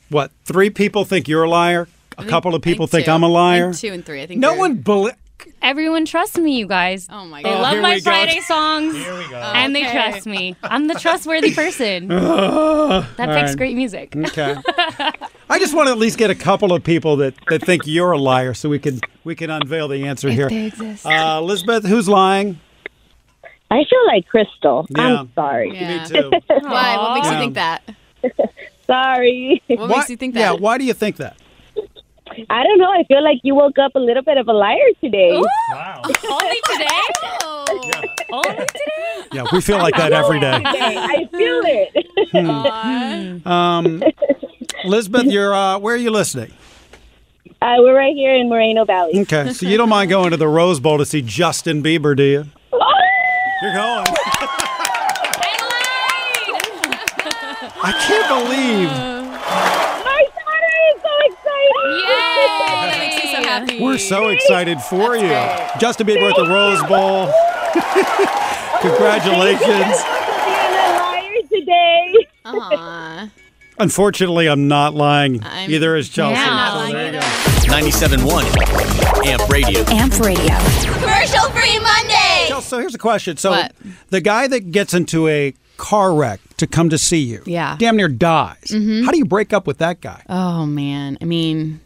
Speaker 1: what? Three people think you're a liar? A couple of people think,
Speaker 4: two.
Speaker 1: I'm a liar?
Speaker 4: two and three, I think
Speaker 1: No
Speaker 4: they're-
Speaker 1: one bel-
Speaker 4: Everyone trusts me, you guys. Oh my They
Speaker 1: God. Oh,
Speaker 4: love
Speaker 1: here
Speaker 4: my
Speaker 1: we go.
Speaker 4: Friday songs. Here we go. And they
Speaker 5: Okay.
Speaker 4: trust me. I'm the
Speaker 1: [LAUGHS]
Speaker 4: trustworthy person.
Speaker 1: Ugh.
Speaker 4: that
Speaker 1: All
Speaker 4: makes
Speaker 1: right. [LAUGHS]
Speaker 4: great music.
Speaker 1: Okay. I just want to at least get a couple of people that, that think you're a liar so we can we can unveil the answer here.
Speaker 13: they exist.
Speaker 1: Uh, Elizabeth, who's lying?
Speaker 13: I feel like Crystal.
Speaker 1: Yeah.
Speaker 13: I'm sorry.
Speaker 1: Me too.
Speaker 5: Why? What [LAUGHS] makes you
Speaker 1: Aw.
Speaker 5: think that?
Speaker 13: [LAUGHS] sorry.
Speaker 5: What makes you think that?
Speaker 1: Yeah, why do you think that?
Speaker 13: I don't know. I feel like you woke up a little bit of a liar today.
Speaker 1: Wow.
Speaker 4: Only today? Only
Speaker 1: Yeah, we feel like that every
Speaker 5: [LAUGHS]
Speaker 1: day.
Speaker 13: [LAUGHS] I feel it. [LAUGHS]
Speaker 1: Um, Elizabeth, you're uh, where are you listening?
Speaker 13: Uh, we're right here in Moreno Valley.
Speaker 1: Okay, so you don't mind going to the Rose Bowl to see Justin Bieber, do you?
Speaker 13: Oh,
Speaker 1: You're going. I can't
Speaker 5: Oh,
Speaker 1: believe
Speaker 13: My daughter is so excited.
Speaker 5: Yay! that makes me so happy.
Speaker 1: we're so excited for you. Justin Bieber at the Rose Bowl. [LAUGHS] Congratulations.
Speaker 13: Liar today.
Speaker 1: Unfortunately, I'm not lying. Either is Chelsea. so there you go.
Speaker 2: 97.1 Amp Radio.
Speaker 9: Amp Radio.
Speaker 3: Commercial free Monday.
Speaker 1: So here's a question. So the guy that gets into a car wreck to come to see you.
Speaker 5: Yeah.
Speaker 1: Damn near dies. How do you break up with that guy?
Speaker 5: Oh man, I mean,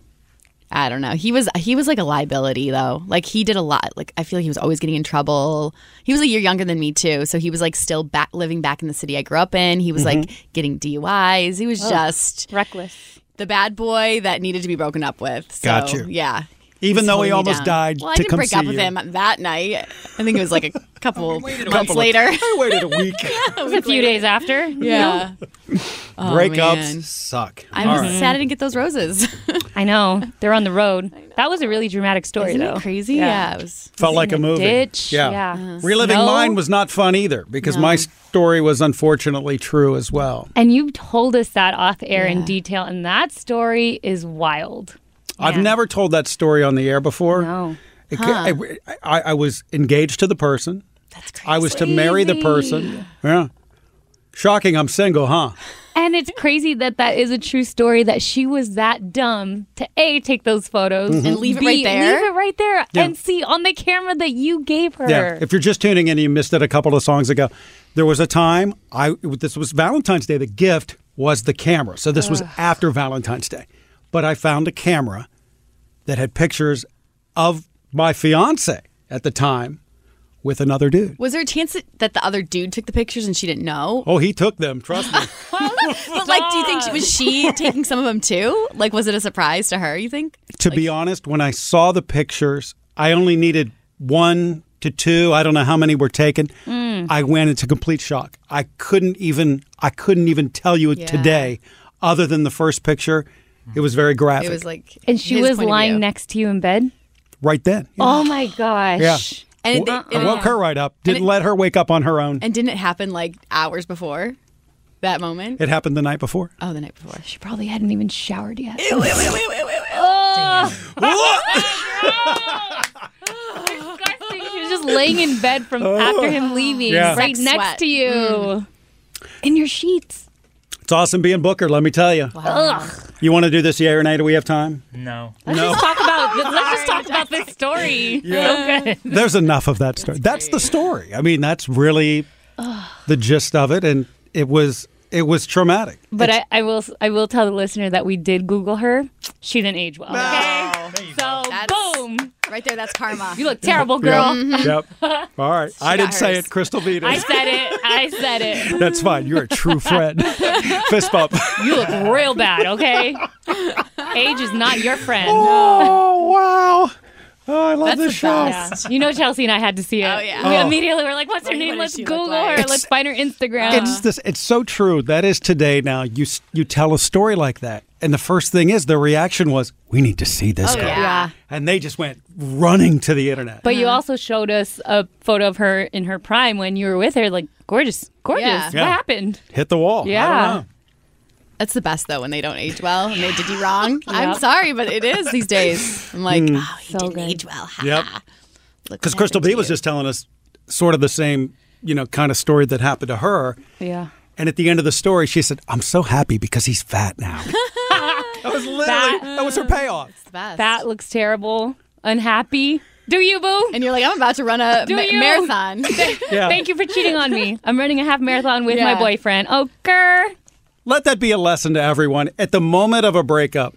Speaker 5: I don't know. He was he was like a liability though. Like he did a lot. Like I feel like he was always getting in trouble. He was a year younger than me too, so he was like still back living back in the city I grew up in. He was
Speaker 13: Mm-hmm.
Speaker 4: Mhm.
Speaker 5: like getting DUIs. He was
Speaker 13: Oh.
Speaker 4: Ugh.
Speaker 5: just
Speaker 4: reckless.
Speaker 5: The bad boy that needed to be broken up with. So,
Speaker 1: Got you.
Speaker 5: Yeah.
Speaker 1: Even
Speaker 5: was
Speaker 1: though he
Speaker 5: holding me
Speaker 1: almost
Speaker 5: down.
Speaker 1: died
Speaker 5: Well, I
Speaker 1: to
Speaker 5: didn't
Speaker 1: come
Speaker 5: break
Speaker 1: see
Speaker 5: up with
Speaker 1: you.
Speaker 5: him that night. I think it was like a
Speaker 1: [LAUGHS]
Speaker 5: couple months
Speaker 1: Couple of-
Speaker 5: later. [LAUGHS]
Speaker 1: I waited a week.
Speaker 5: a
Speaker 1: [LAUGHS]
Speaker 4: a few days after.
Speaker 5: Yeah. Oh,
Speaker 1: Breakups
Speaker 5: man.
Speaker 1: suck.
Speaker 5: I'm
Speaker 1: All right.
Speaker 5: sad I didn't get those roses. [LAUGHS]
Speaker 4: I know they're on the road. That was a really dramatic story,
Speaker 5: Isn't it
Speaker 4: though.
Speaker 5: crazy? Yeah, it was-
Speaker 1: Felt like a movie.
Speaker 4: ditch.
Speaker 1: Yeah.
Speaker 4: Yeah. Uh,
Speaker 1: Reliving
Speaker 4: snow.
Speaker 1: mine was not fun either because
Speaker 4: No.
Speaker 1: my story was unfortunately true as well.
Speaker 4: And you told us that off air in detail, and that story is wild.
Speaker 1: I've never told that story on the air before.
Speaker 4: No.
Speaker 1: It,
Speaker 4: Huh.
Speaker 1: I, I, I was engaged to the person. That's crazy. I was to marry the person. Yeah. Shocking, I'm single, huh?
Speaker 4: And it's crazy that that is a true story that she was that dumb to A, take those photos
Speaker 1: Mhm. And leave it
Speaker 4: B,
Speaker 5: right there?
Speaker 4: Leave it right there
Speaker 1: Yeah.
Speaker 4: and see on the camera that you gave her.
Speaker 1: Yeah. If you're just tuning in and you missed it a couple of songs ago, there was a time I this was Valentine's Day. The gift was the camera. So this was
Speaker 11: Ugh.
Speaker 1: after Valentine's Day. But I found a camera that had pictures of my fiance at the time with another dude.
Speaker 5: Was there a chance that- that the other dude took the pictures and she
Speaker 1: [LAUGHS]
Speaker 5: didn't know?
Speaker 1: Oh, he took them, trust me.
Speaker 5: but like, do you think she, was
Speaker 1: [LAUGHS]
Speaker 5: she taking some of them too? Like, was it a surprise to her? You think?
Speaker 1: to be honest, when I saw the pictures, I only needed one to two. I don't know how many were taken.
Speaker 5: Mm.
Speaker 1: I went into complete shock. I couldn't even I couldn't even tell you
Speaker 4: Yeah.
Speaker 1: today, other than the first picture. It was very graphic.
Speaker 5: like,
Speaker 4: and she
Speaker 1: his
Speaker 4: was
Speaker 1: point of
Speaker 4: lying
Speaker 1: view.
Speaker 4: next to you in bed.
Speaker 1: right then.
Speaker 4: Oh my gosh.
Speaker 1: Yeah.
Speaker 5: And
Speaker 1: Wo-
Speaker 5: it-
Speaker 1: I woke her right up. Didn't let her wake up on her own.
Speaker 5: And didn't it happen like hours before that moment?
Speaker 1: It happened the night before.
Speaker 5: Oh, the night before. She
Speaker 4: probably hadn't even showered yet. [LAUGHS]
Speaker 1: [LAUGHS]
Speaker 4: Disgusting. She was just laying in bed from after him leaving,
Speaker 1: Oh. Yeah.
Speaker 4: right
Speaker 1: Sex
Speaker 4: next
Speaker 1: sweat.
Speaker 4: to you, Mm. in your sheets.
Speaker 1: It's awesome being Booker. Let me tell you.
Speaker 4: Ugh.
Speaker 1: You want to do this yay or nay? Do we have time?
Speaker 7: No.
Speaker 4: Let's
Speaker 1: No.
Speaker 4: just talk [LAUGHS] about. Let's just talk about this story.
Speaker 1: Yeah.
Speaker 4: So good.
Speaker 1: There's enough of that story. That's the story. I mean, that's really
Speaker 4: Ugh.
Speaker 1: the gist of it, and it was it was traumatic.
Speaker 4: But I, I will I will tell the listener that we did Google her. She didn't age well. Okay. So boom.
Speaker 5: Right there, that's karma.
Speaker 4: You look terrible, girl. Mm-hmm.
Speaker 1: Yep. yep. All right. I didn't say it. Crystal beat it.
Speaker 4: I said it. I said it.
Speaker 1: That's fine. You're a true
Speaker 4: [LAUGHS]
Speaker 1: friend. Fist bump. [LAUGHS]
Speaker 4: You look real bad, [LAUGHS] okay? Age is not your friend.
Speaker 1: Oh wow. Oh, I love this show.
Speaker 4: You know Chelsea and I had to see it. Oh yeah. We
Speaker 1: Oh.
Speaker 4: immediately were like, what's her name? Let's Google her. Let's find her Instagram.
Speaker 1: It's this. It's so true. That is today. Now you s- you tell a story like that, and the first thing is the reaction was, "We need to see this
Speaker 4: Oh,
Speaker 1: girl,"
Speaker 4: yeah.
Speaker 1: and they just went running to the internet.
Speaker 4: But you also showed us a photo of her in her prime when you were with her, like gorgeous, gorgeous.
Speaker 5: Yeah.
Speaker 4: What
Speaker 1: Yeah.
Speaker 4: happened?
Speaker 1: hit the wall. I don't
Speaker 4: Yeah.
Speaker 1: know.
Speaker 5: [LAUGHS] That's the best though when they don't age well and they did you [LAUGHS] wrong. I'm
Speaker 4: Yep.
Speaker 5: sorry, but it is these days. I'm like,
Speaker 1: Mm.
Speaker 5: oh, he didn't age well. Ha.
Speaker 1: Yep. Because Crystal B was just telling us sort of the same, you know, kind of story that happened to her.
Speaker 4: Yeah.
Speaker 1: And at the end of the story, she said, "I'm so happy because he's fat now." that was literally that, was her payoff.
Speaker 4: That looks terrible. Unhappy. Do you, boo?
Speaker 5: And you're like, I'm about to run a
Speaker 4: Do
Speaker 5: ma-
Speaker 4: you?
Speaker 5: [LAUGHS] marathon.
Speaker 1: Yeah.
Speaker 4: Thank you for cheating on me. I'm running a half marathon with my
Speaker 5: Yeah.
Speaker 4: boyfriend. Oh, grr.
Speaker 1: Let that be a lesson to everyone. At the moment of a breakup,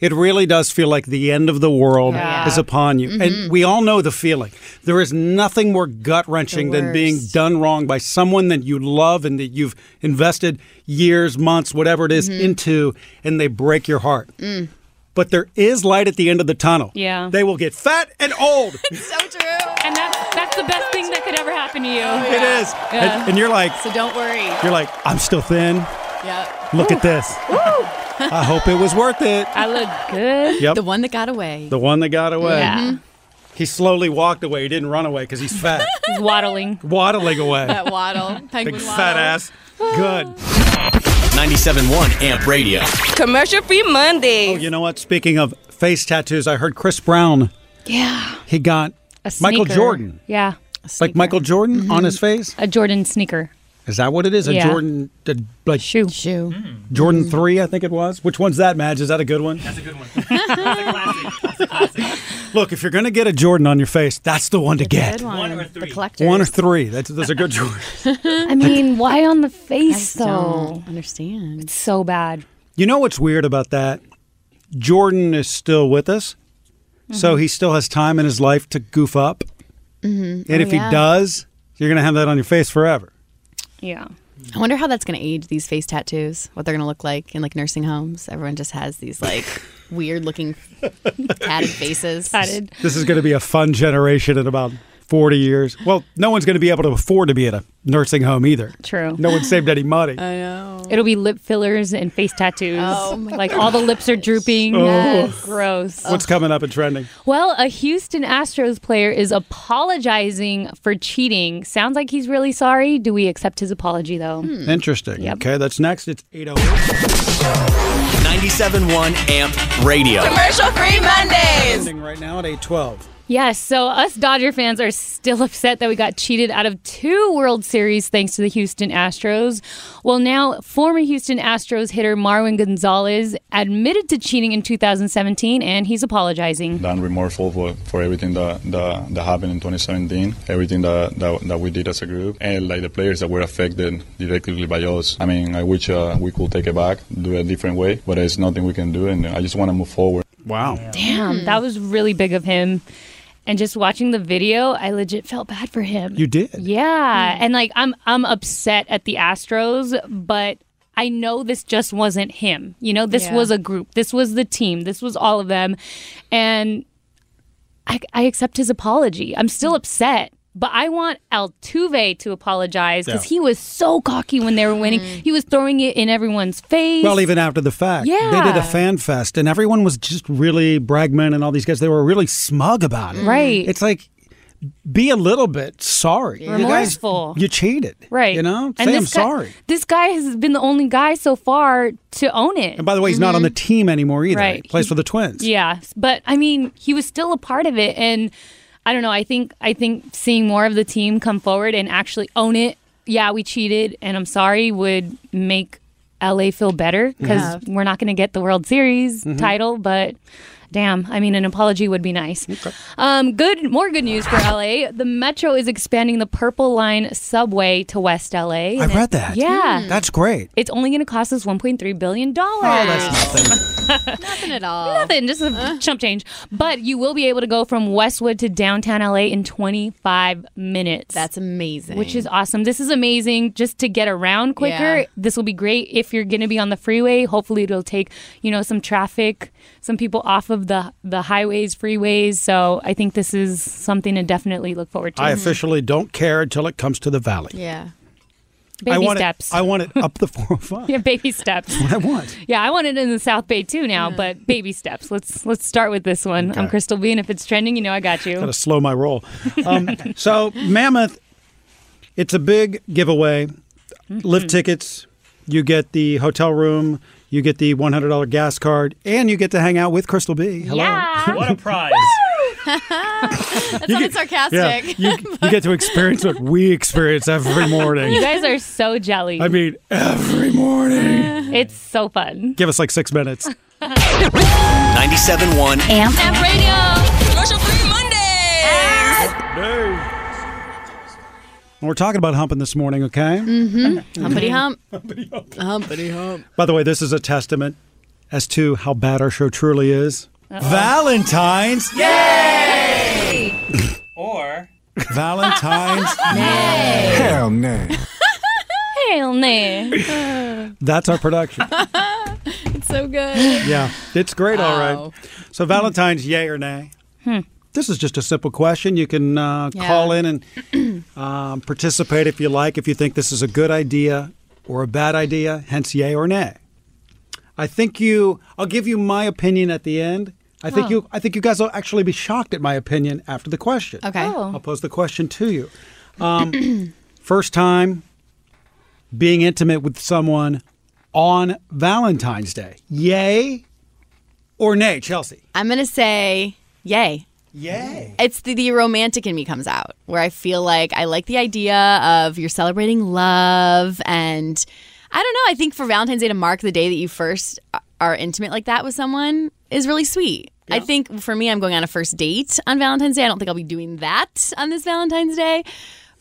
Speaker 1: it really does feel like the end of the world
Speaker 11: Yeah. Mm-hmm.
Speaker 1: is upon you. And we all know the feeling. There is nothing more gut wrenching
Speaker 11: The
Speaker 1: than being done wrong by someone that you love and that you've invested years, months, whatever it is,
Speaker 11: Mhm.
Speaker 1: into, and they break your heart.
Speaker 11: Mm.
Speaker 1: But there is light at the end of the tunnel.
Speaker 4: Yeah.
Speaker 1: They will get fat and
Speaker 11: [LAUGHS]
Speaker 1: old.
Speaker 5: so true.
Speaker 4: And that's that's the best thing that could ever happen to you.
Speaker 1: It is. And, and you're like,
Speaker 5: So don't worry.
Speaker 1: you're like, I'm still thin.
Speaker 5: Yep.
Speaker 1: Look at this. [LAUGHS] I hope it was worth it.
Speaker 4: I look good.
Speaker 1: Yep.
Speaker 5: The one that got away.
Speaker 1: The one that got away.
Speaker 5: Yeah. Mhm.
Speaker 1: He slowly walked away. He didn't run away because he's fat.
Speaker 4: He's waddling.
Speaker 1: Waddling away.
Speaker 5: That waddle.
Speaker 1: Big
Speaker 5: [LAUGHS] Penguin
Speaker 1: fat ass. Good.
Speaker 2: 97.1 Amp Radio.
Speaker 9: Commercial free Monday.
Speaker 1: Oh, you know what? Speaking of face tattoos, I heard Chris Brown.
Speaker 4: Yeah.
Speaker 1: He got
Speaker 4: A
Speaker 1: Michael
Speaker 4: sneaker.
Speaker 1: Jordan.
Speaker 4: Yeah.
Speaker 1: Like Michael Jordan on his face.
Speaker 4: A Jordan sneaker.
Speaker 1: Is that what it is? A
Speaker 4: Yeah.
Speaker 1: Jordan uh, like
Speaker 4: shoe.
Speaker 5: Shoe.
Speaker 1: Jordan three, I think it was. Which one's that, Madge? Is that a good one?
Speaker 7: That's a good one.
Speaker 1: Look, if you're gonna get a Jordan on your face, that's the one to get.
Speaker 5: One or three. The collector.
Speaker 1: One or three. That's, that's a good [LAUGHS] Jordan.
Speaker 4: I [LAUGHS] mean, why on the face
Speaker 5: I
Speaker 4: though?
Speaker 5: don't understand.
Speaker 4: It's so bad.
Speaker 1: You know what's weird about that? Jordan is still with us, so
Speaker 4: Mm-hmm.
Speaker 1: he still has time in his life to goof up.
Speaker 5: Mm-hmm.
Speaker 4: Oh,
Speaker 1: And if he does, you're gonna have that on your face forever.
Speaker 4: Yeah.
Speaker 5: I wonder how that's going to age these face tattoos, what they're going to look like in like nursing homes. Everyone just has these like weird looking tatted faces.
Speaker 4: Tatted.
Speaker 1: This is gonna be a fun generation in about. 40 years. Well, no one's going to be able to afford to be at a nursing home either.
Speaker 4: True. Uh,
Speaker 1: No one saved any
Speaker 4: [LAUGHS]
Speaker 1: money.
Speaker 4: It'll be lip fillers and face tattoos. [LAUGHS] like all the lips are drooping.
Speaker 1: Oh. Yes.
Speaker 4: Gross.
Speaker 1: What's coming up and trending?
Speaker 4: Well, a Houston Astros player is apologizing for cheating. Sounds like he's really sorry. Do we accept his apology though?
Speaker 1: Interesting. Okay, that's next. It's 808.
Speaker 2: 97.1 AMP Radio.
Speaker 3: Commercial free Mondays.
Speaker 1: Trending right now at 812.
Speaker 4: Yes, so us Dodger fans are still [LAUGHS] upset that we got cheated out of two World Series thanks to the Houston Astros. Well, now former Houston Astros hitter Marwin Gonzalez admitted to cheating in 2017 and he's apologizing.
Speaker 11: I'm remorseful for, for everything that, that, that happened in 2017, everything that, that, that we did as a group, and like the players that were affected directly by us. I mean, I wish uh, we could take it back, do it a different way, but there's nothing we can do, and I just want to move forward.
Speaker 1: Wow.
Speaker 4: Damn, that was really big of him. And just watching the video, I legit felt bad for him.
Speaker 1: You did?
Speaker 4: Yeah, and like I'm I'm upset at the Astros, but I know this just wasn't him. You know, this
Speaker 15: Yeah.
Speaker 4: was a group. This was the team. This was all of them. And I, I accept his apology. I'm still upset, but I want Altuve to apologize because
Speaker 1: Yeah.
Speaker 4: he was so cocky when they were winning. He was throwing it in everyone's face.
Speaker 1: Well, even after the fact, they did
Speaker 4: Yeah.
Speaker 1: a fan fest, and everyone was just really Bragman and all these guys. They were really smug about it.
Speaker 4: Right.
Speaker 1: It's like be a little bit sorry, You guys-
Speaker 4: Remorseful.
Speaker 1: You, cheated,
Speaker 4: Right.
Speaker 1: You know,
Speaker 4: And
Speaker 1: say I'm
Speaker 4: this guy-
Speaker 1: sorry.
Speaker 4: This guy has been the only guy so far to own it.
Speaker 1: And by the way, he's not on the team anymore either.
Speaker 4: Mm-hmm. Right.
Speaker 1: He plays for the Twins.
Speaker 4: Yeah, but I mean, he was still a part of it, and I don't know. I think I think seeing more of the team come forward and actually own it. Yeah, we cheated, and I'm sorry. Would make LA feel better because
Speaker 15: Yeah.
Speaker 4: we're not going to get the World Series
Speaker 15: Mhm.
Speaker 4: title, but. Damn, I mean, an apology would be nice. Um, good, more good news for LA. The Metro is expanding the Purple Line subway to West LA.
Speaker 1: I read that.
Speaker 4: Yeah,
Speaker 1: That's great.
Speaker 4: it's only going to cost us 1.3 billion dollars.
Speaker 1: Oh, that's nothing.
Speaker 4: Nothing at all. Nothing, just a chump change. But you will be able to go from Westwood to downtown LA in 25 minutes. That's
Speaker 5: amazing.
Speaker 4: Which is awesome. This is amazing just to get around quicker.
Speaker 5: Yeah.
Speaker 4: This will be great if you're going to be on the freeway. Hopefully it'll take, you know, some traffic, some people off of the the highways, freeways. So, I think this is something to definitely look forward to.
Speaker 1: I officially don't care until it comes to the valley.
Speaker 4: Yeah.
Speaker 1: I
Speaker 4: Baby
Speaker 1: want
Speaker 4: steps.
Speaker 1: It, I want it up the [LAUGHS] 405.
Speaker 4: yeah, [LAUGHS] baby steps.
Speaker 1: That's what I want.
Speaker 4: Yeah, I want it in the South Bay too now, but baby steps. Let's let's start with this one. I'm
Speaker 1: Okay.
Speaker 4: Crystal B, and if it's trending, you know I got you.
Speaker 1: Gotta slow my roll. Um, [LAUGHS] so, Mammoth, it's a big giveaway. Lift tickets, you get the hotel room, you get the $100 gas card, and you get to hang out with Crystal B. Hello.
Speaker 7: What a prize.
Speaker 5: That
Speaker 1: You
Speaker 5: sounded sarcastic.
Speaker 1: Yeah, you, you get to experience what we experience every morning.
Speaker 4: You guys are so jelly.
Speaker 1: I mean, every morning.
Speaker 4: it's so fun.
Speaker 1: Give us like six minutes.
Speaker 2: 97.1
Speaker 3: Amp Radio. Commercial free Mondays.
Speaker 1: We're talking about humping this morning, okay?
Speaker 5: Mm-hmm. Humpity [LAUGHS] hump. Humpity hump. Humpity hump.
Speaker 1: By the way, this is a testament as to how bad our show truly is.
Speaker 5: Uh-oh.
Speaker 1: Valentine's.
Speaker 5: Yay!
Speaker 7: or
Speaker 1: Valentine's. Hell no.
Speaker 4: Hell no.
Speaker 1: [LAUGHS] That's our production.
Speaker 5: It's so good.
Speaker 1: yeah, it's great. All
Speaker 5: Wow.
Speaker 1: right. So Valentine's, yay or nay?
Speaker 5: Hmm.
Speaker 1: This is just a simple question. You can uh,
Speaker 5: Yeah.
Speaker 1: call in and um, participate if you like. If you think this is a good idea or a bad idea, hence yay or nay. I think you. I'll give you my opinion at the end. I think
Speaker 5: Oh.
Speaker 1: you. I think you guys will actually be shocked at my opinion after the question.
Speaker 5: Okay. Oh.
Speaker 1: I'll pose the question to you. Um, [CLEARS THROAT] first time being intimate with someone on Valentine's Day. Yay or nay, Chelsea?
Speaker 5: I'm going to say yay.
Speaker 1: Yay.
Speaker 5: It's the, the romantic in me comes out where I feel like I like the idea of you're celebrating love. And I don't know, I think for Valentine's Day to mark the day that you first are intimate like that with someone is really sweet. I think for me, I'm going on a first date on Valentine's Day. I don't think I'll be doing that on this Valentine's Day.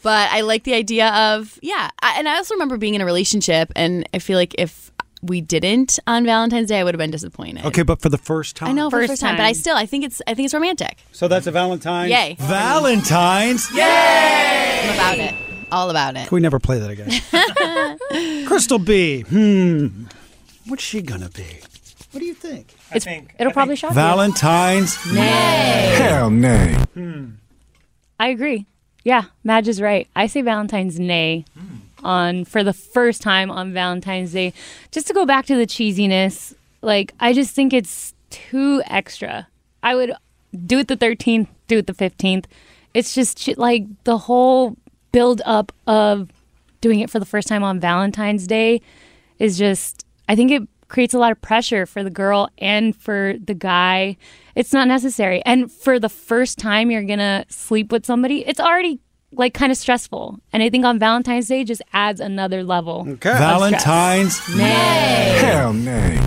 Speaker 5: But I like the idea of, yeah. I, and I also remember being in a relationship, and I feel like if we didn't on Valentine's Day, I would have been disappointed.
Speaker 1: Okay, but for the first time.
Speaker 5: I know for the
Speaker 4: First
Speaker 5: first time, but I
Speaker 4: time.
Speaker 5: still I think it's I think it's romantic.
Speaker 1: So that's a Valentine's.
Speaker 5: Yay. [LAUGHS]
Speaker 1: Valentine's.
Speaker 5: I'm about it. All about it.
Speaker 1: Can we never play that again?
Speaker 5: [LAUGHS]
Speaker 1: Crystal B. Hmm. What's she gonna be? What do you think?
Speaker 4: It's, it'll probably shock you.
Speaker 1: Valentine's. Nay. Hell nay.
Speaker 4: I agree. Yeah, Madge is right. I say Valentine's Nay on for the first time on Valentine's Day. Just to go back to the cheesiness, like I just think it's too extra. I would do it the 13th, do it the 15th. It's just che- like the whole build up of doing it for the first time on Valentine's Day is just I think it creates a lot of pressure for the girl and for the guy. It's not necessary. And for the first time you're going to sleep with somebody, it's already like kind of stressful. And I think on Valentine's Day just adds another level. of
Speaker 1: Valentine's.
Speaker 4: stress. Nay.
Speaker 1: Hell nay.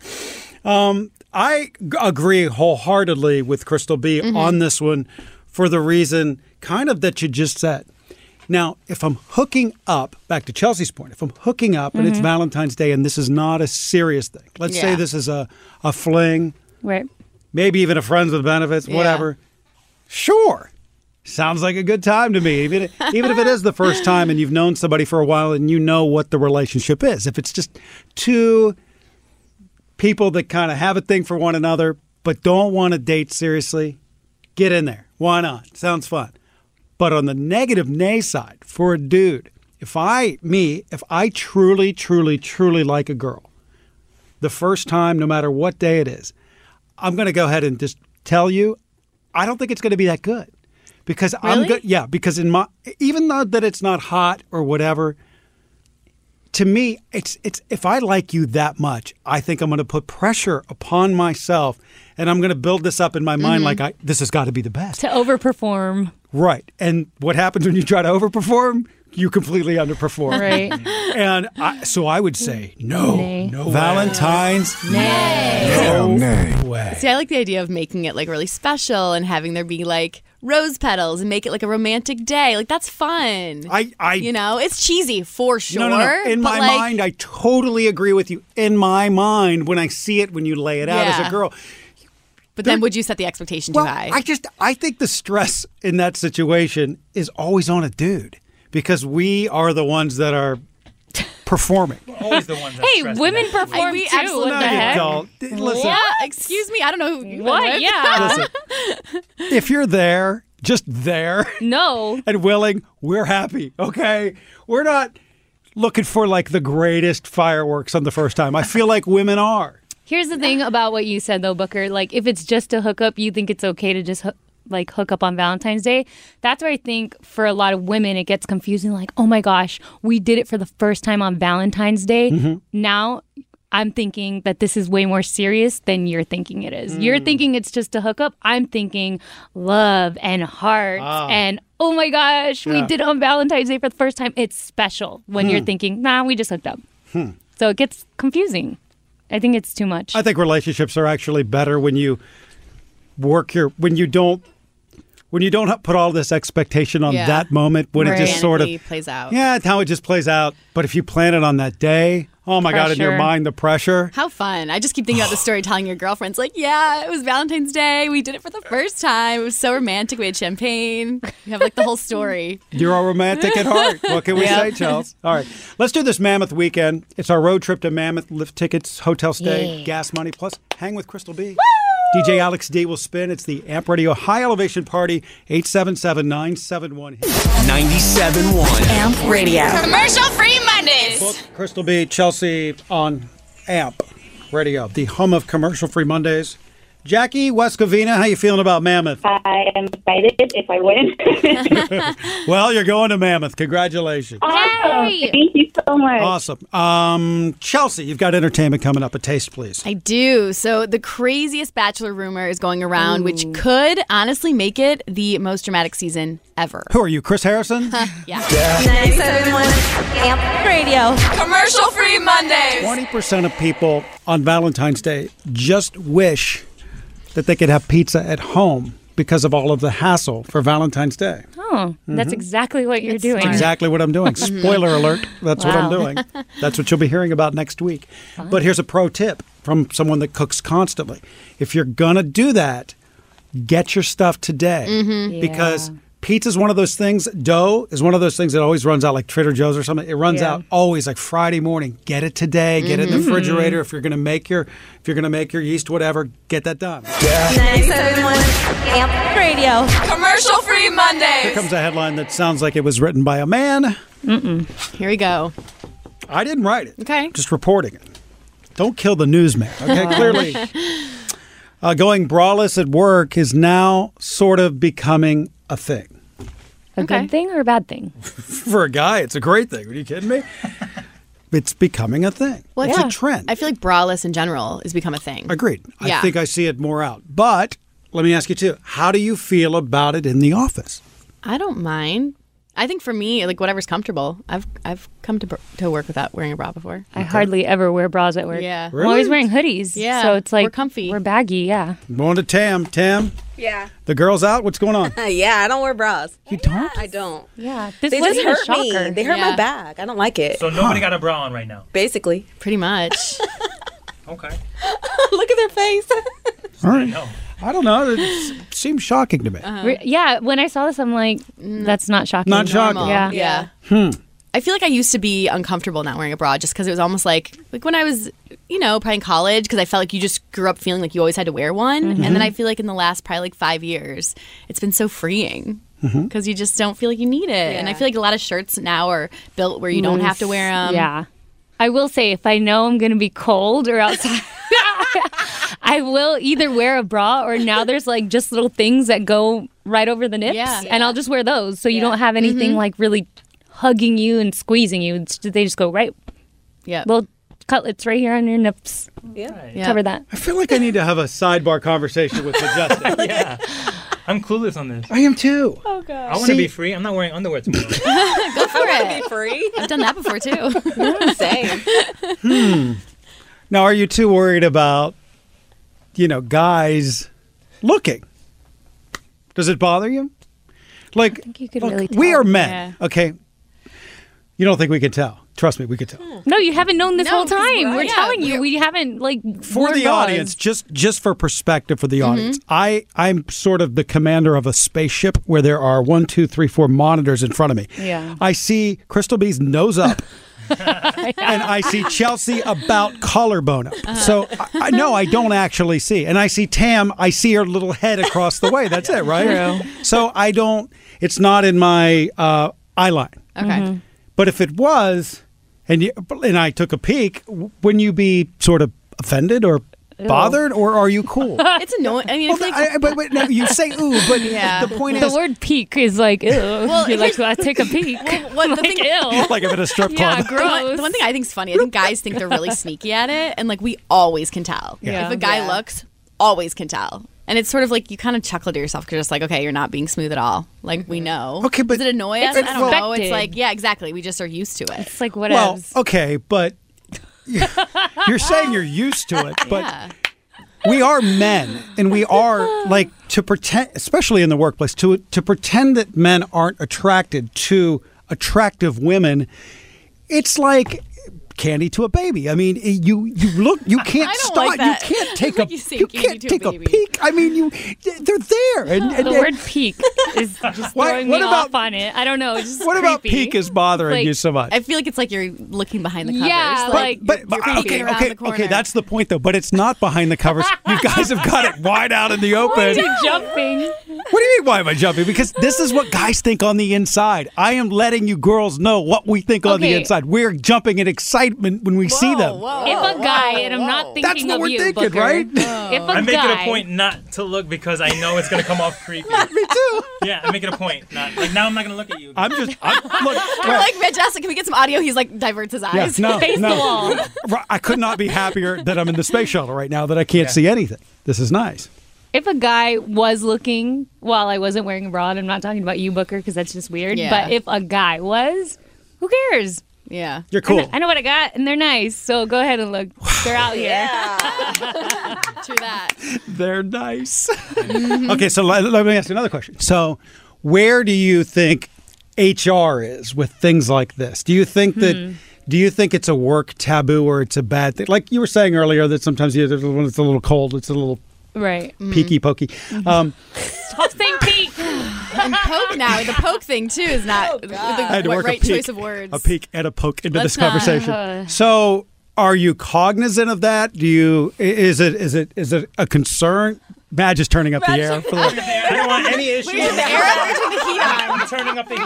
Speaker 1: [LAUGHS] um, I g- agree wholeheartedly with Crystal B
Speaker 4: Mm-hmm.
Speaker 15: Mhm.
Speaker 1: on this one for the reason kind of that you just said. Now, if I'm hooking up, back to Chelsea's point, if I'm hooking up and it's
Speaker 4: Mhm.
Speaker 1: Valentine's Day and this is not a serious thing, let's say
Speaker 4: Yeah.
Speaker 1: this is a, a fling,
Speaker 4: Right.
Speaker 1: maybe even a friends with benefits,
Speaker 4: Yeah.
Speaker 1: whatever. Sure. Sounds like a good time to me. Even even if it is the first time and you've known somebody for a while and you know what the relationship is. If it's just two people that kind of have a thing for one another but don't want to date seriously, get in there. Why not? Sounds fun. But on the negative nay side, for a dude, if I me, if I truly truly truly like a girl, the first time no matter what day it is, I'm going to go ahead and just tell you, I don't think it's going to be that good because I'm
Speaker 15: Really?
Speaker 1: good. Yeah, because in my even though that it's not hot or whatever, to me, it's it's if I like you that much, I think I'm going to put pressure upon myself, and I'm going to build this up in my mind
Speaker 4: Mhm.
Speaker 1: like I this has got to be the best,
Speaker 4: To overperform.
Speaker 1: right? And what happens when you try to overperform? You completely underperform,
Speaker 4: Right.
Speaker 1: [LAUGHS] And I, so I would say no,
Speaker 4: Nay.
Speaker 1: no Valentine's, no, way.
Speaker 5: See, I like the idea of making it like really special and having there be like rose petals and make it like a romantic day. Like that's fun.
Speaker 1: I, I
Speaker 5: you know, it's cheesy for sure.
Speaker 1: No, no, no. In
Speaker 5: but,
Speaker 1: my
Speaker 5: like,
Speaker 1: mind, I totally agree with you. In my mind, when I see it, when you lay it out as
Speaker 5: Yeah.
Speaker 1: a girl,
Speaker 5: But then would you set the expectation
Speaker 1: well,
Speaker 5: too high?
Speaker 1: I just I think the stress in that situation is always on a dude because we are the ones that are
Speaker 5: [LAUGHS]
Speaker 1: performing.
Speaker 7: Always the ones that
Speaker 4: Hey,
Speaker 7: stress
Speaker 4: women
Speaker 7: me out.
Speaker 4: perform
Speaker 5: We
Speaker 4: too.
Speaker 5: absolutely
Speaker 4: What the
Speaker 1: No, you
Speaker 4: heck?
Speaker 1: don't. D- Listen,
Speaker 5: Yeah, excuse me. I don't know who you
Speaker 4: What?
Speaker 5: live with.
Speaker 4: Yeah.
Speaker 1: Listen. if you're there, just there
Speaker 4: No.
Speaker 1: and willing, we're happy. Okay, we're not looking for like the greatest fireworks on the first time. I feel like women are.
Speaker 4: Here's the thing about what you said though, Booker. Like, if it's just a hookup, you think it's okay to just hoo- like hook up on Valentine's Day. That's where I think for a lot of women it gets confusing. Like, oh my gosh, we did it for the first time on Valentine's Day.
Speaker 16: Mhm.
Speaker 4: Now I'm thinking that this is way more serious than you're thinking it is. You're thinking it's just a hookup. I'm thinking love and hearts
Speaker 16: Ah.
Speaker 4: and oh my gosh, we
Speaker 16: Yeah.
Speaker 4: did it on Valentine's Day for the first time. It's special when you're
Speaker 1: Hmm.
Speaker 4: thinking, nah, we just hooked up.
Speaker 1: Hmm.
Speaker 4: So it gets confusing. I think it's too much.
Speaker 1: I think relationships are actually better when you work your when you don't when you don't put all this expectation on
Speaker 5: Yeah.
Speaker 1: that moment when it just sort of
Speaker 5: Organically plays out.
Speaker 1: yeah, it's how it just plays out. But if you plan it on that day, oh my god, in your
Speaker 5: Pressure.
Speaker 1: mind the pressure.
Speaker 5: [LAUGHS] How fun. I just keep thinking about the story telling your girlfriends, like, yeah, it was Valentine's Day. We did it for the first time. It was so romantic. We had champagne. You have like the whole story.
Speaker 1: You're a romantic at heart. What can we say, Chels? All right, let's do this Mammoth weekend. It's our road trip to Mammoth. Lift tickets, hotel stay,
Speaker 15: Yeah.
Speaker 1: gas money, plus hang with Crystal B. DJ Alex D will spin. It's the Amp Radio High Elevation Party, 877 971
Speaker 2: 97.1
Speaker 9: Amp Radio.
Speaker 3: Commercial free Mondays.
Speaker 1: Crystal B, Chelsea on AMP Radio, the home of commercial free Mondays. Jackie West Covina, how you feeling about Mammoth?
Speaker 15: I am excited if I win.
Speaker 1: [LAUGHS] Well, you're going to Mammoth. Congratulations.
Speaker 15: awesome. Thank you so much.
Speaker 1: Awesome. Um, Chelsea, you've got entertainment coming up. A taste, please.
Speaker 5: I do. So the craziest bachelor rumor is going around, which could honestly make it the most dramatic season ever.
Speaker 1: Who are you, Chris Harrison?
Speaker 5: yeah.
Speaker 9: 971 Amp Radio.
Speaker 3: Commercial free Mondays.
Speaker 1: 20% of people on Valentine's Day just wish that they could have pizza at home because of all of the hassle for Valentine's Day.
Speaker 4: Oh, that's
Speaker 1: Mhm.
Speaker 4: exactly what you're doing.
Speaker 1: That's exactly what I'm doing.
Speaker 4: Mhm.
Speaker 1: Spoiler alert, that's what I'm
Speaker 4: Wow.
Speaker 1: doing. That's what you'll be hearing about next week. But here's a pro tip from someone that cooks constantly. If you're going to do that, get your stuff today
Speaker 6: Mhm.
Speaker 1: because pizza is one of those things, dough is one of those things that always runs out like Trader Joe's or something. It runs
Speaker 6: Yeah.
Speaker 1: out always like Friday morning. Get it today, get it in the
Speaker 6: Mhm.
Speaker 1: refrigerator if you're going to make your if you're going to make your yeast whatever, get that done.
Speaker 9: 971 Amp Radio.
Speaker 3: Commercial free
Speaker 1: Here
Speaker 3: Mondays.
Speaker 1: comes a headline that sounds like it was written by a man.
Speaker 5: Mm-mm. Here we go.
Speaker 1: I didn't write it.
Speaker 5: Okay. Oh,
Speaker 1: Just reporting it. Don't kill the newsman. Okay, clearly. Uh, going braless at work is now sort of becoming a thing.
Speaker 4: A good thing or a bad thing?
Speaker 1: For a guy, it's a great thing. Are you kidding me? [LAUGHS] It's becoming a thing.
Speaker 5: Well,
Speaker 1: it's
Speaker 5: yeah.
Speaker 1: a trend.
Speaker 5: I feel like braless in general has become a thing.
Speaker 1: Agreed. I
Speaker 5: Yeah.
Speaker 1: think I see it more out. But let me ask you too how do you feel about it in the office?
Speaker 5: I don't mind. I think for me, like whatever's comfortable. I've I've come to br- to work without wearing a bra before.
Speaker 4: I hardly ever wear bras at work.
Speaker 5: Yeah.
Speaker 4: I'm always
Speaker 5: Really?
Speaker 4: wearing hoodies.
Speaker 5: Yeah.
Speaker 4: So it's like we're comfy. We're baggy, yeah.
Speaker 1: Going to Tam. Tam,
Speaker 16: Yeah.
Speaker 1: the girl's out. What's going on?
Speaker 16: yeah, I don't wear bras.
Speaker 1: You don't?
Speaker 16: I don't.
Speaker 4: Yeah.
Speaker 7: this
Speaker 16: they just
Speaker 7: Oh, wasn't a
Speaker 16: hurt me.
Speaker 7: shocker.
Speaker 16: They hurt
Speaker 7: Yeah.
Speaker 16: my back. I don't like it.
Speaker 7: So nobody got a bra on right now.
Speaker 16: Basically. [LAUGHS]
Speaker 5: Pretty much.
Speaker 7: Okay.
Speaker 16: Look at their face.
Speaker 1: All right. I don't know. It s- seems shocking
Speaker 5: Uh-huh.
Speaker 1: to me.
Speaker 4: Re- Yeah, when I saw this, I'm like,
Speaker 5: Mm.
Speaker 4: that's not shocking.
Speaker 1: Not shocking.
Speaker 4: Yeah.
Speaker 5: Yeah.
Speaker 1: Hmm.
Speaker 5: I feel like I used to be uncomfortable not wearing a bra just because it was almost like like when I was you know probably in college because I felt like you just grew up feeling like you always had to wear one
Speaker 4: Mm-hmm.
Speaker 5: and then I feel like in the last probably like five years it's been so freeing because
Speaker 4: Mhm.
Speaker 5: you just don't feel like you need it and I feel like a lot of shirts now are built where you don't have to wear them
Speaker 4: Mm. Yeah. I will say, if I know I'm going to be cold or outside, [LAUGHS] I will either wear a bra or now there's like just little things that go right over the nips.
Speaker 5: Yeah.
Speaker 4: And I'll just wear those. So you don't have anything
Speaker 5: Mhm.
Speaker 4: like really hugging you and squeezing you. It's, they just go right.
Speaker 5: Yeah.
Speaker 4: Little cutlets right here on your nips.
Speaker 16: Yeah.
Speaker 4: Cover that.
Speaker 1: I feel like I need to have a sidebar conversation with Majestic.
Speaker 7: yeah. I'm clueless on this.
Speaker 1: I am too.
Speaker 7: Oh god. I want
Speaker 1: See-
Speaker 7: to be free. I'm not wearing underwear tomorrow.
Speaker 5: go for
Speaker 1: [LAUGHS]
Speaker 5: it
Speaker 16: be
Speaker 5: [LAUGHS]
Speaker 16: free
Speaker 5: I've done that before too
Speaker 16: Same.
Speaker 1: Hmm. Now, are you too worried about, you know, guys looking? Does it bother you? Like,
Speaker 4: you could
Speaker 1: look,
Speaker 4: really
Speaker 1: we
Speaker 4: tell.
Speaker 1: are men, okay? You don't think we can tell? Trust me, we could tell.
Speaker 4: No, you haven't known this
Speaker 5: No,
Speaker 4: whole
Speaker 5: 'cause we're-
Speaker 4: time. We're
Speaker 5: yeah,
Speaker 4: telling you, we haven't like
Speaker 1: For
Speaker 4: worn
Speaker 1: the
Speaker 4: bras.
Speaker 1: audience, just just for perspective for the
Speaker 6: Mm-hmm.
Speaker 1: audience, I I'm sort of the commander of a spaceship where there are one, two, three, four monitors in front of me.
Speaker 6: Yeah.
Speaker 1: I see Crystal B's nose
Speaker 6: [LAUGHS]
Speaker 1: up. and I see Chelsea about collarbone up.
Speaker 6: Uh-huh.
Speaker 1: So I, I, no, I don't actually see. And I see Tam. I see her little head across the way. That's it, right?
Speaker 6: True.
Speaker 1: So I don't. It's not in my uh, eye line.
Speaker 5: Okay. Mhm.
Speaker 4: Mm-hmm.
Speaker 1: But if it was, and you, and I took a peek, w- wouldn't you be sort of offended or
Speaker 5: Ew.
Speaker 1: bothered, or are you cool?
Speaker 5: it's annoying I mean it's like
Speaker 1: I- but wait, no, you say ooh, but the point
Speaker 4: the
Speaker 1: is-
Speaker 4: word peak is like, ew. [LAUGHS]
Speaker 5: Well,
Speaker 4: You're like,
Speaker 5: here's-
Speaker 4: well, I take a peek. [LAUGHS]
Speaker 5: what the thing
Speaker 1: [LAUGHS] like I'm at a strip club.
Speaker 5: The one, the one thing I think is funny, I think guys think they're really sneaky at it, and like we always can tell.
Speaker 1: Yeah.
Speaker 5: If a guy
Speaker 1: Yeah.
Speaker 5: looks, always can tell. And it's sort of like you kind of chuckle to yourself because you're just like, okay, you're not being smooth at all. Like we know. Okay, but does it annoy us?
Speaker 4: It's
Speaker 5: I don't know. It's
Speaker 4: expected.
Speaker 5: like yeah, exactly. We just are used to it. It's
Speaker 4: like
Speaker 1: well, oh, okay, but
Speaker 6: [LAUGHS]
Speaker 1: you're saying you're used to it, but we are men and we are like to pretend especially in the workplace to to pretend that men aren't attracted to attractive women it's like candy to a baby i mean it- you you look you
Speaker 6: [LAUGHS]
Speaker 1: can't
Speaker 6: I don't
Speaker 1: stop
Speaker 6: like that. [LAUGHS]
Speaker 1: you can't take a
Speaker 6: Like you say
Speaker 1: you
Speaker 6: candy
Speaker 1: can't
Speaker 6: to a
Speaker 1: take a,
Speaker 6: baby.
Speaker 1: peek i mean you they're there
Speaker 6: [LAUGHS]
Speaker 1: and, and-
Speaker 4: the
Speaker 1: and-
Speaker 4: word peak is just
Speaker 1: What-
Speaker 4: throwing
Speaker 1: what
Speaker 4: me
Speaker 1: about-
Speaker 4: off on it. I don't know. It's just
Speaker 1: what about
Speaker 4: creepy.
Speaker 1: peek is bothering
Speaker 4: Like-
Speaker 1: you so much
Speaker 5: I feel like it's like you're looking behind the covers.
Speaker 4: Yeah,
Speaker 5: like,
Speaker 1: but, but
Speaker 5: creepy
Speaker 1: okay,
Speaker 5: around
Speaker 1: okay,
Speaker 5: the corner.
Speaker 1: okay. That's the point, though. But it's not behind the covers. you guys have got it wide out in the
Speaker 4: Why are
Speaker 1: open.
Speaker 4: you jumping?
Speaker 1: What do you mean, why am I jumping? Because this is what guys think on the inside. I am letting you girls know what we think on the
Speaker 4: Okay.
Speaker 1: inside. We're jumping in excitement when we see them.
Speaker 4: if a guy, and I'm not thinking
Speaker 1: Oh, That's what
Speaker 4: of
Speaker 1: we're
Speaker 4: you,
Speaker 1: thinking,
Speaker 4: Booker.
Speaker 1: right?
Speaker 4: [LAUGHS] If a
Speaker 7: I make
Speaker 4: guy,
Speaker 7: it a point not to look because I know it's gonna come off creepy. Me
Speaker 1: too.
Speaker 7: Yeah, I make it a point. Not, like now I'm not gonna look at you.
Speaker 1: I'm just, I'm, look.
Speaker 5: We're like, "Man, Justin, can we get some audio? He's like, diverts his
Speaker 1: Yeah,
Speaker 5: eyes. [LAUGHS]
Speaker 1: no, no. Right, I could not be happier that I'm in the space shuttle right now that I can't see anything. This is nice.
Speaker 4: if a guy was looking while I wasn't wearing a bra, and I'm not talking about you, Booker, because that's just weird.
Speaker 5: Yeah.
Speaker 4: But if a guy was, who cares?
Speaker 5: Yeah,
Speaker 1: [LAUGHS] You're
Speaker 4: I know,
Speaker 1: cool.
Speaker 4: I know what I got, and they're nice. So go ahead and look. They're out here.
Speaker 5: [LAUGHS] True that.
Speaker 1: They're nice. [LAUGHS] okay, so let, let me ask you another question. So, where do you think HR is with things like this? Do you think that
Speaker 4: Hmm.
Speaker 1: do you think it's a work taboo or it's a bad thing? Like you were saying earlier that sometimes you, when it's a little cold, it's a little
Speaker 4: Right.
Speaker 1: peaky pokey. Um,
Speaker 4: Stop saying peak.
Speaker 5: and poke now. The poke thing too is not the,
Speaker 1: I had to
Speaker 5: wa-
Speaker 1: work a
Speaker 5: right
Speaker 1: peek-
Speaker 5: choice of words.
Speaker 1: A peek and a poke into
Speaker 5: Let's
Speaker 1: this
Speaker 5: not- uh,
Speaker 1: conversation. so, are you cognizant of that? Do you i- is it is it is it a concern? Madge is turning up the air.
Speaker 5: [LAUGHS]
Speaker 1: For
Speaker 7: [LAUGHS]
Speaker 1: the,
Speaker 7: I don't want any issues.
Speaker 5: We're turning the air up, we're turning the heat on. Oh,
Speaker 7: I'm turning up the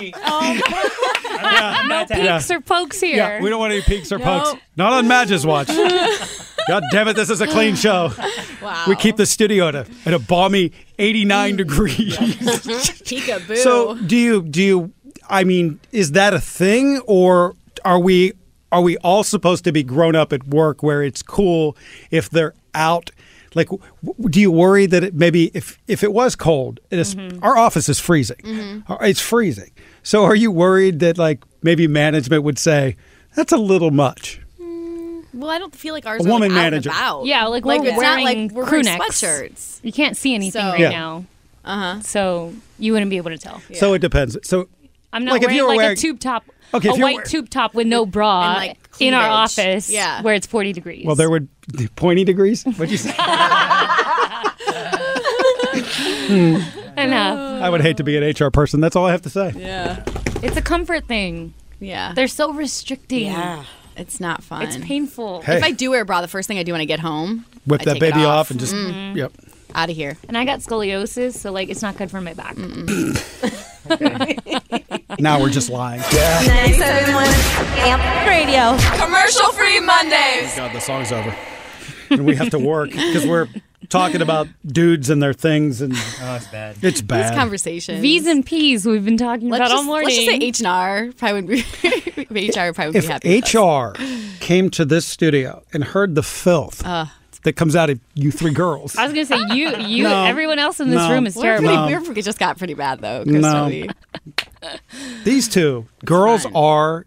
Speaker 7: heat.
Speaker 4: no peaks or pokes here.
Speaker 1: yeah, we don't want any peaks or
Speaker 4: No.
Speaker 1: pokes. Not on Madge's watch. God damn it, this is a clean show.
Speaker 5: Wow.
Speaker 1: We keep the studio at a, at a balmy 89 degrees.
Speaker 5: Peekaboo.
Speaker 1: So do you do you I mean, is that a thing or are we are we all supposed to be grown up at work where it's cool if they're out like w- w- do you worry that it maybe if if it was cold it is-
Speaker 5: Mm-hmm.
Speaker 1: our office is freezing Uh, it's freezing so are you worried that like maybe management would say that's a little much
Speaker 5: well, I don't feel like ours
Speaker 1: A
Speaker 5: are
Speaker 1: woman
Speaker 5: like, out and
Speaker 1: manager.
Speaker 5: about.
Speaker 4: Yeah, like, we're
Speaker 5: it's not
Speaker 4: wearing
Speaker 5: like we're
Speaker 4: crew
Speaker 5: wearing
Speaker 4: necks.
Speaker 5: sweatshirts.
Speaker 4: You can't see anything
Speaker 5: So- Uh-huh.
Speaker 4: right
Speaker 1: Yeah.
Speaker 4: now. Uh huh. So you wouldn't be able to tell.
Speaker 1: so it depends so
Speaker 4: I'm not
Speaker 1: like, if
Speaker 4: wearing
Speaker 1: you were
Speaker 4: like
Speaker 1: wearing-
Speaker 4: a tube top,
Speaker 1: Okay,
Speaker 4: a
Speaker 1: if you're
Speaker 4: white
Speaker 1: wear-
Speaker 4: tube top with no bra
Speaker 5: like,
Speaker 4: in our
Speaker 5: cleavage.
Speaker 4: office
Speaker 5: Yeah.
Speaker 4: where it's 40 degrees.
Speaker 1: well there would pointy degrees what'd you
Speaker 5: [LAUGHS]
Speaker 1: say Hmm.
Speaker 4: Enough.
Speaker 1: I would hate to be an HR person. That's all I have to say.
Speaker 4: Yeah. uh, It's a comfort thing.
Speaker 5: Yeah.
Speaker 4: They're so restricting.
Speaker 5: Yeah. It's not fun.
Speaker 4: It's painful.
Speaker 1: Hey.
Speaker 5: If I do wear a bra, the first thing I do when I get home,
Speaker 1: Whip
Speaker 5: I
Speaker 1: that
Speaker 5: take it
Speaker 1: baby off.
Speaker 5: off.
Speaker 1: and just
Speaker 5: Mhm.
Speaker 1: yep.
Speaker 5: out of here.
Speaker 4: And I got scoliosis, so like it's not good for my back.
Speaker 1: Now we're just lying.
Speaker 9: 971 Amp Radio.
Speaker 3: Commercial free Mondays.
Speaker 1: God, the song's over. and we have to work because we're talking about dudes and their things and
Speaker 7: oh, it's bad.
Speaker 1: It's bad.
Speaker 5: These conversations.
Speaker 4: V's and P's we've been talking
Speaker 5: Let's
Speaker 4: about
Speaker 5: just,
Speaker 4: all morning.
Speaker 5: Let's just say H and R. Probably would be [LAUGHS] HR would probably would be happy.
Speaker 1: if
Speaker 5: with
Speaker 1: HR came to this studio and heard the filth
Speaker 5: Uh.
Speaker 1: that comes out of you three girls,
Speaker 4: I was gonna say you, you,
Speaker 1: No.
Speaker 4: everyone else in this
Speaker 1: No.
Speaker 4: room is
Speaker 1: We're
Speaker 4: terrible.
Speaker 1: pretty- No. we're
Speaker 5: us. it just got pretty bad though.
Speaker 1: No.
Speaker 5: Chris, really.
Speaker 1: these two girls are,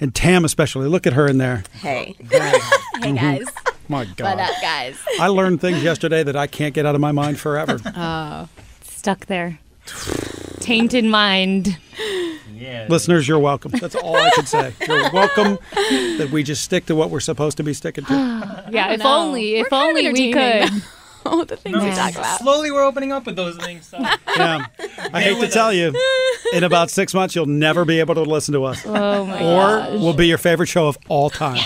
Speaker 1: and Tam especially. Look at her in there.
Speaker 16: Hey.
Speaker 5: hey guys.
Speaker 1: My
Speaker 5: What
Speaker 1: God.
Speaker 5: up,
Speaker 4: [LAUGHS]
Speaker 5: guys?
Speaker 1: I learned things yesterday that I can't get out of my mind
Speaker 5: [LAUGHS]
Speaker 1: forever.
Speaker 4: Oh, stuck there. Tainted mind.
Speaker 7: Yeah.
Speaker 1: Listeners, you're welcome. That's all I can say. You're welcome that we just stick to what we're supposed to be
Speaker 5: [SIGHS]
Speaker 1: sticking to. [SIGHS]
Speaker 4: Yeah,
Speaker 5: don't
Speaker 4: if
Speaker 5: know.
Speaker 4: only, if only we could.
Speaker 5: entertaining, Oh, the [LAUGHS] things we
Speaker 4: No.
Speaker 5: talk about.
Speaker 7: Slowly, we're opening up with those things. So.
Speaker 1: Yeah. I hate to tell you, in about six months, you'll never be able to listen to us.
Speaker 4: Oh my
Speaker 1: or
Speaker 4: gosh.
Speaker 1: will be your favorite show of all
Speaker 4: [LAUGHS]
Speaker 1: time.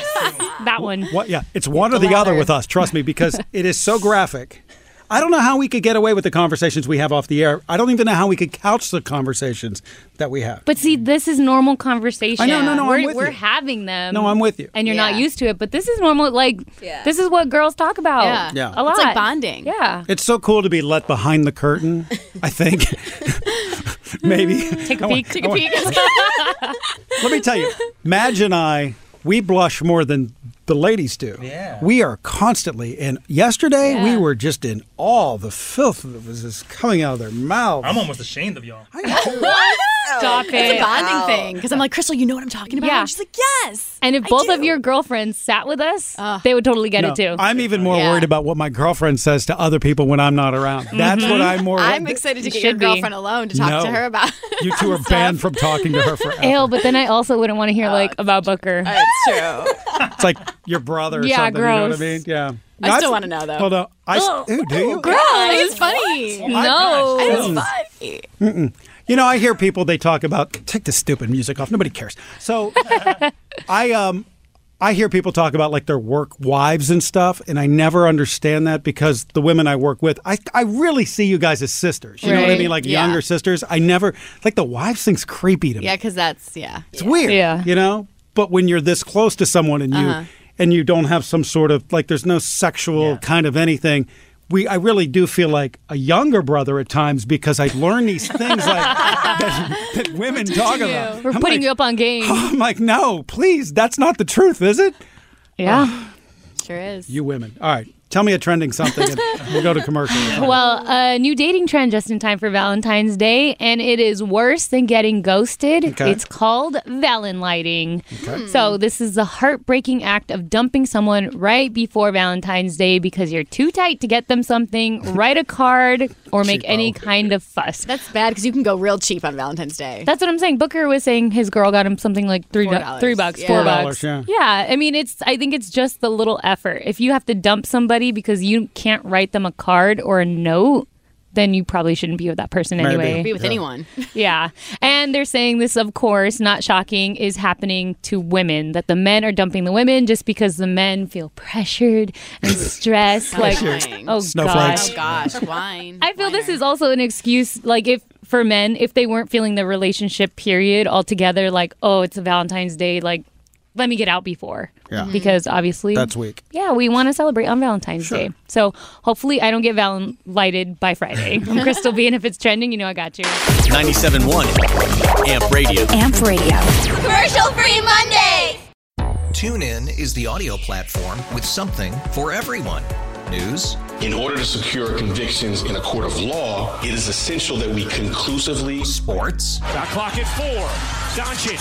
Speaker 4: That one.
Speaker 1: What? Yeah, it's one or the other with us. Trust me,
Speaker 4: [LAUGHS]
Speaker 1: because it is so graphic. I don't know how we could get away with the conversations we have off the air. I don't even know how we could couch the conversations that we have.
Speaker 4: But see, this is normal conversation.
Speaker 1: I know, no, no, I'm
Speaker 4: we're,
Speaker 1: with
Speaker 4: we're
Speaker 1: you.
Speaker 4: having them.
Speaker 1: No, I'm with you.
Speaker 4: And you're not used to it, but this is normal. Like, this is what girls talk about.
Speaker 5: Yeah.
Speaker 1: Yeah.
Speaker 4: A lot.
Speaker 5: It's like bonding.
Speaker 4: Yeah.
Speaker 1: It's so cool to be let behind the curtain. I
Speaker 4: [LAUGHS]
Speaker 1: think [LAUGHS] maybe
Speaker 4: Take
Speaker 1: I
Speaker 4: a
Speaker 1: want-
Speaker 4: peek. Take
Speaker 1: I
Speaker 4: a
Speaker 1: want- [LAUGHS]
Speaker 4: peek.
Speaker 1: Let me tell you, Madge and I, we blush more than the ladies do. Yeah. We are constantly, and yesterday we were just in all the filth that was just coming out of their mouths.
Speaker 7: I'm almost ashamed of y'all.
Speaker 4: Stop it.
Speaker 5: It's a bonding thing because I'm like Crystal, you know what I'm talking about.
Speaker 4: Yeah.
Speaker 5: And she's like, yes.
Speaker 4: And if
Speaker 5: I
Speaker 4: both
Speaker 5: do. Uh.
Speaker 4: of your girlfriends sat with us, they would totally get
Speaker 1: No,
Speaker 4: it too.
Speaker 1: I'm even more
Speaker 4: Yeah.
Speaker 1: worried about what my girlfriend says to other people when I'm not around. That's what I'm more.
Speaker 5: Mm-hmm. I'm excited to
Speaker 4: You
Speaker 5: get your
Speaker 4: should be.
Speaker 5: girlfriend alone to talk to
Speaker 1: No.
Speaker 5: her about.
Speaker 1: You two are banned from talking to her
Speaker 5: [LAUGHS]
Speaker 1: forever.
Speaker 4: Ew, but then I also wouldn't want to hear
Speaker 5: Uh,
Speaker 4: like about Booker.
Speaker 5: It's
Speaker 4: [LAUGHS]
Speaker 5: true.
Speaker 1: It's like your brother or
Speaker 4: Yeah,
Speaker 1: something. You know what I
Speaker 4: gross.
Speaker 1: mean? Yeah.
Speaker 5: I
Speaker 1: No,
Speaker 5: still wanna know, though.
Speaker 1: Hold on. I s-
Speaker 5: [GASPS]
Speaker 1: ew, do you?
Speaker 5: It's funny.
Speaker 4: No.
Speaker 5: It's funny.
Speaker 1: Mm-mm. You know, I hear
Speaker 5: [LAUGHS]
Speaker 1: people they talk about take the stupid music off. Nobody cares. So I um I hear people talk about like their work wives and stuff, and I never understand that because the women I work with, I, I really see you guys as sisters. You know what I
Speaker 5: Right,
Speaker 1: mean? Like
Speaker 5: yeah.
Speaker 1: younger sisters. I never, like the wives thing's creepy to me.
Speaker 5: Yeah, because that's yeah.
Speaker 1: It's weird.
Speaker 5: Yeah.
Speaker 1: You know? But when you're this close to someone and you
Speaker 5: Uh-huh.
Speaker 1: and you don't have some sort of like there's no sexual kind of anything, we I really do feel like a younger brother at times because I learn
Speaker 4: [LAUGHS]
Speaker 1: these things like that, that women talk
Speaker 4: Teaching you.
Speaker 1: about.
Speaker 4: We're
Speaker 1: I'm
Speaker 4: putting
Speaker 1: like,
Speaker 4: you up on game.
Speaker 1: [GASPS] I'm like, no, please, that's not the truth, is it?
Speaker 4: yeah.
Speaker 5: Sure is.
Speaker 1: You women. All right. Tell me a trending something and we'll go to
Speaker 4: [LAUGHS]
Speaker 1: commercial.
Speaker 4: Well, a new dating trend just in time for Valentine's Day, and it is worse than getting ghosted.
Speaker 1: Okay.
Speaker 4: It's called Valen lighting. Hmm.
Speaker 1: Okay.
Speaker 4: So, this is the heartbreaking act of dumping someone right before Valentine's Day because you're too tight to get
Speaker 1: [LAUGHS]
Speaker 4: them something, write a card, or make any kind of fuss.
Speaker 5: That's bad because you can go real cheap on Valentine's Day.
Speaker 4: That's what I'm saying. Booker was saying his girl got him something like three,
Speaker 5: Four
Speaker 4: bu-
Speaker 5: dollars.
Speaker 4: three bucks,
Speaker 5: Yeah.
Speaker 4: four
Speaker 5: Four
Speaker 4: bucks.
Speaker 5: dollars, yeah.
Speaker 4: I mean, it's. I think it's just the little effort. If you have to dump somebody because you can't write them a card or a note, then you probably shouldn't be with that person
Speaker 5: Maybe.
Speaker 4: anyway.
Speaker 5: Be with Yeah. anyone.
Speaker 4: yeah, and they're saying this, of course, not shocking, is happening to women. That the men are dumping the women just because the men feel pressured
Speaker 5: [LAUGHS]
Speaker 4: and stressed. like,
Speaker 5: Snowflakes.
Speaker 4: oh
Speaker 5: Snowflakes.
Speaker 4: gosh, [LAUGHS]
Speaker 5: Oh, gosh, wine.
Speaker 4: I feel this is also an excuse, like if for men, if they weren't feeling the relationship period altogether, like oh, it's a Valentine's Day, like let me get out before,
Speaker 1: Yeah.
Speaker 4: because obviously
Speaker 1: That's weak.
Speaker 4: Yeah, we want to celebrate on Valentine's Day, so hopefully I don't get valen lighted by
Speaker 1: [LAUGHS]
Speaker 4: Friday. I'm Crystal B, and if it's trending, you know I got you.
Speaker 2: 97.1 Amp Radio.
Speaker 17: Amp Radio.
Speaker 3: Commercial free Monday.
Speaker 17: TuneIn is the audio platform with something for everyone. News,
Speaker 18: In order to secure convictions in a court of law, it is essential that we conclusively.
Speaker 17: Sports.
Speaker 19: The clock at four. Doncic.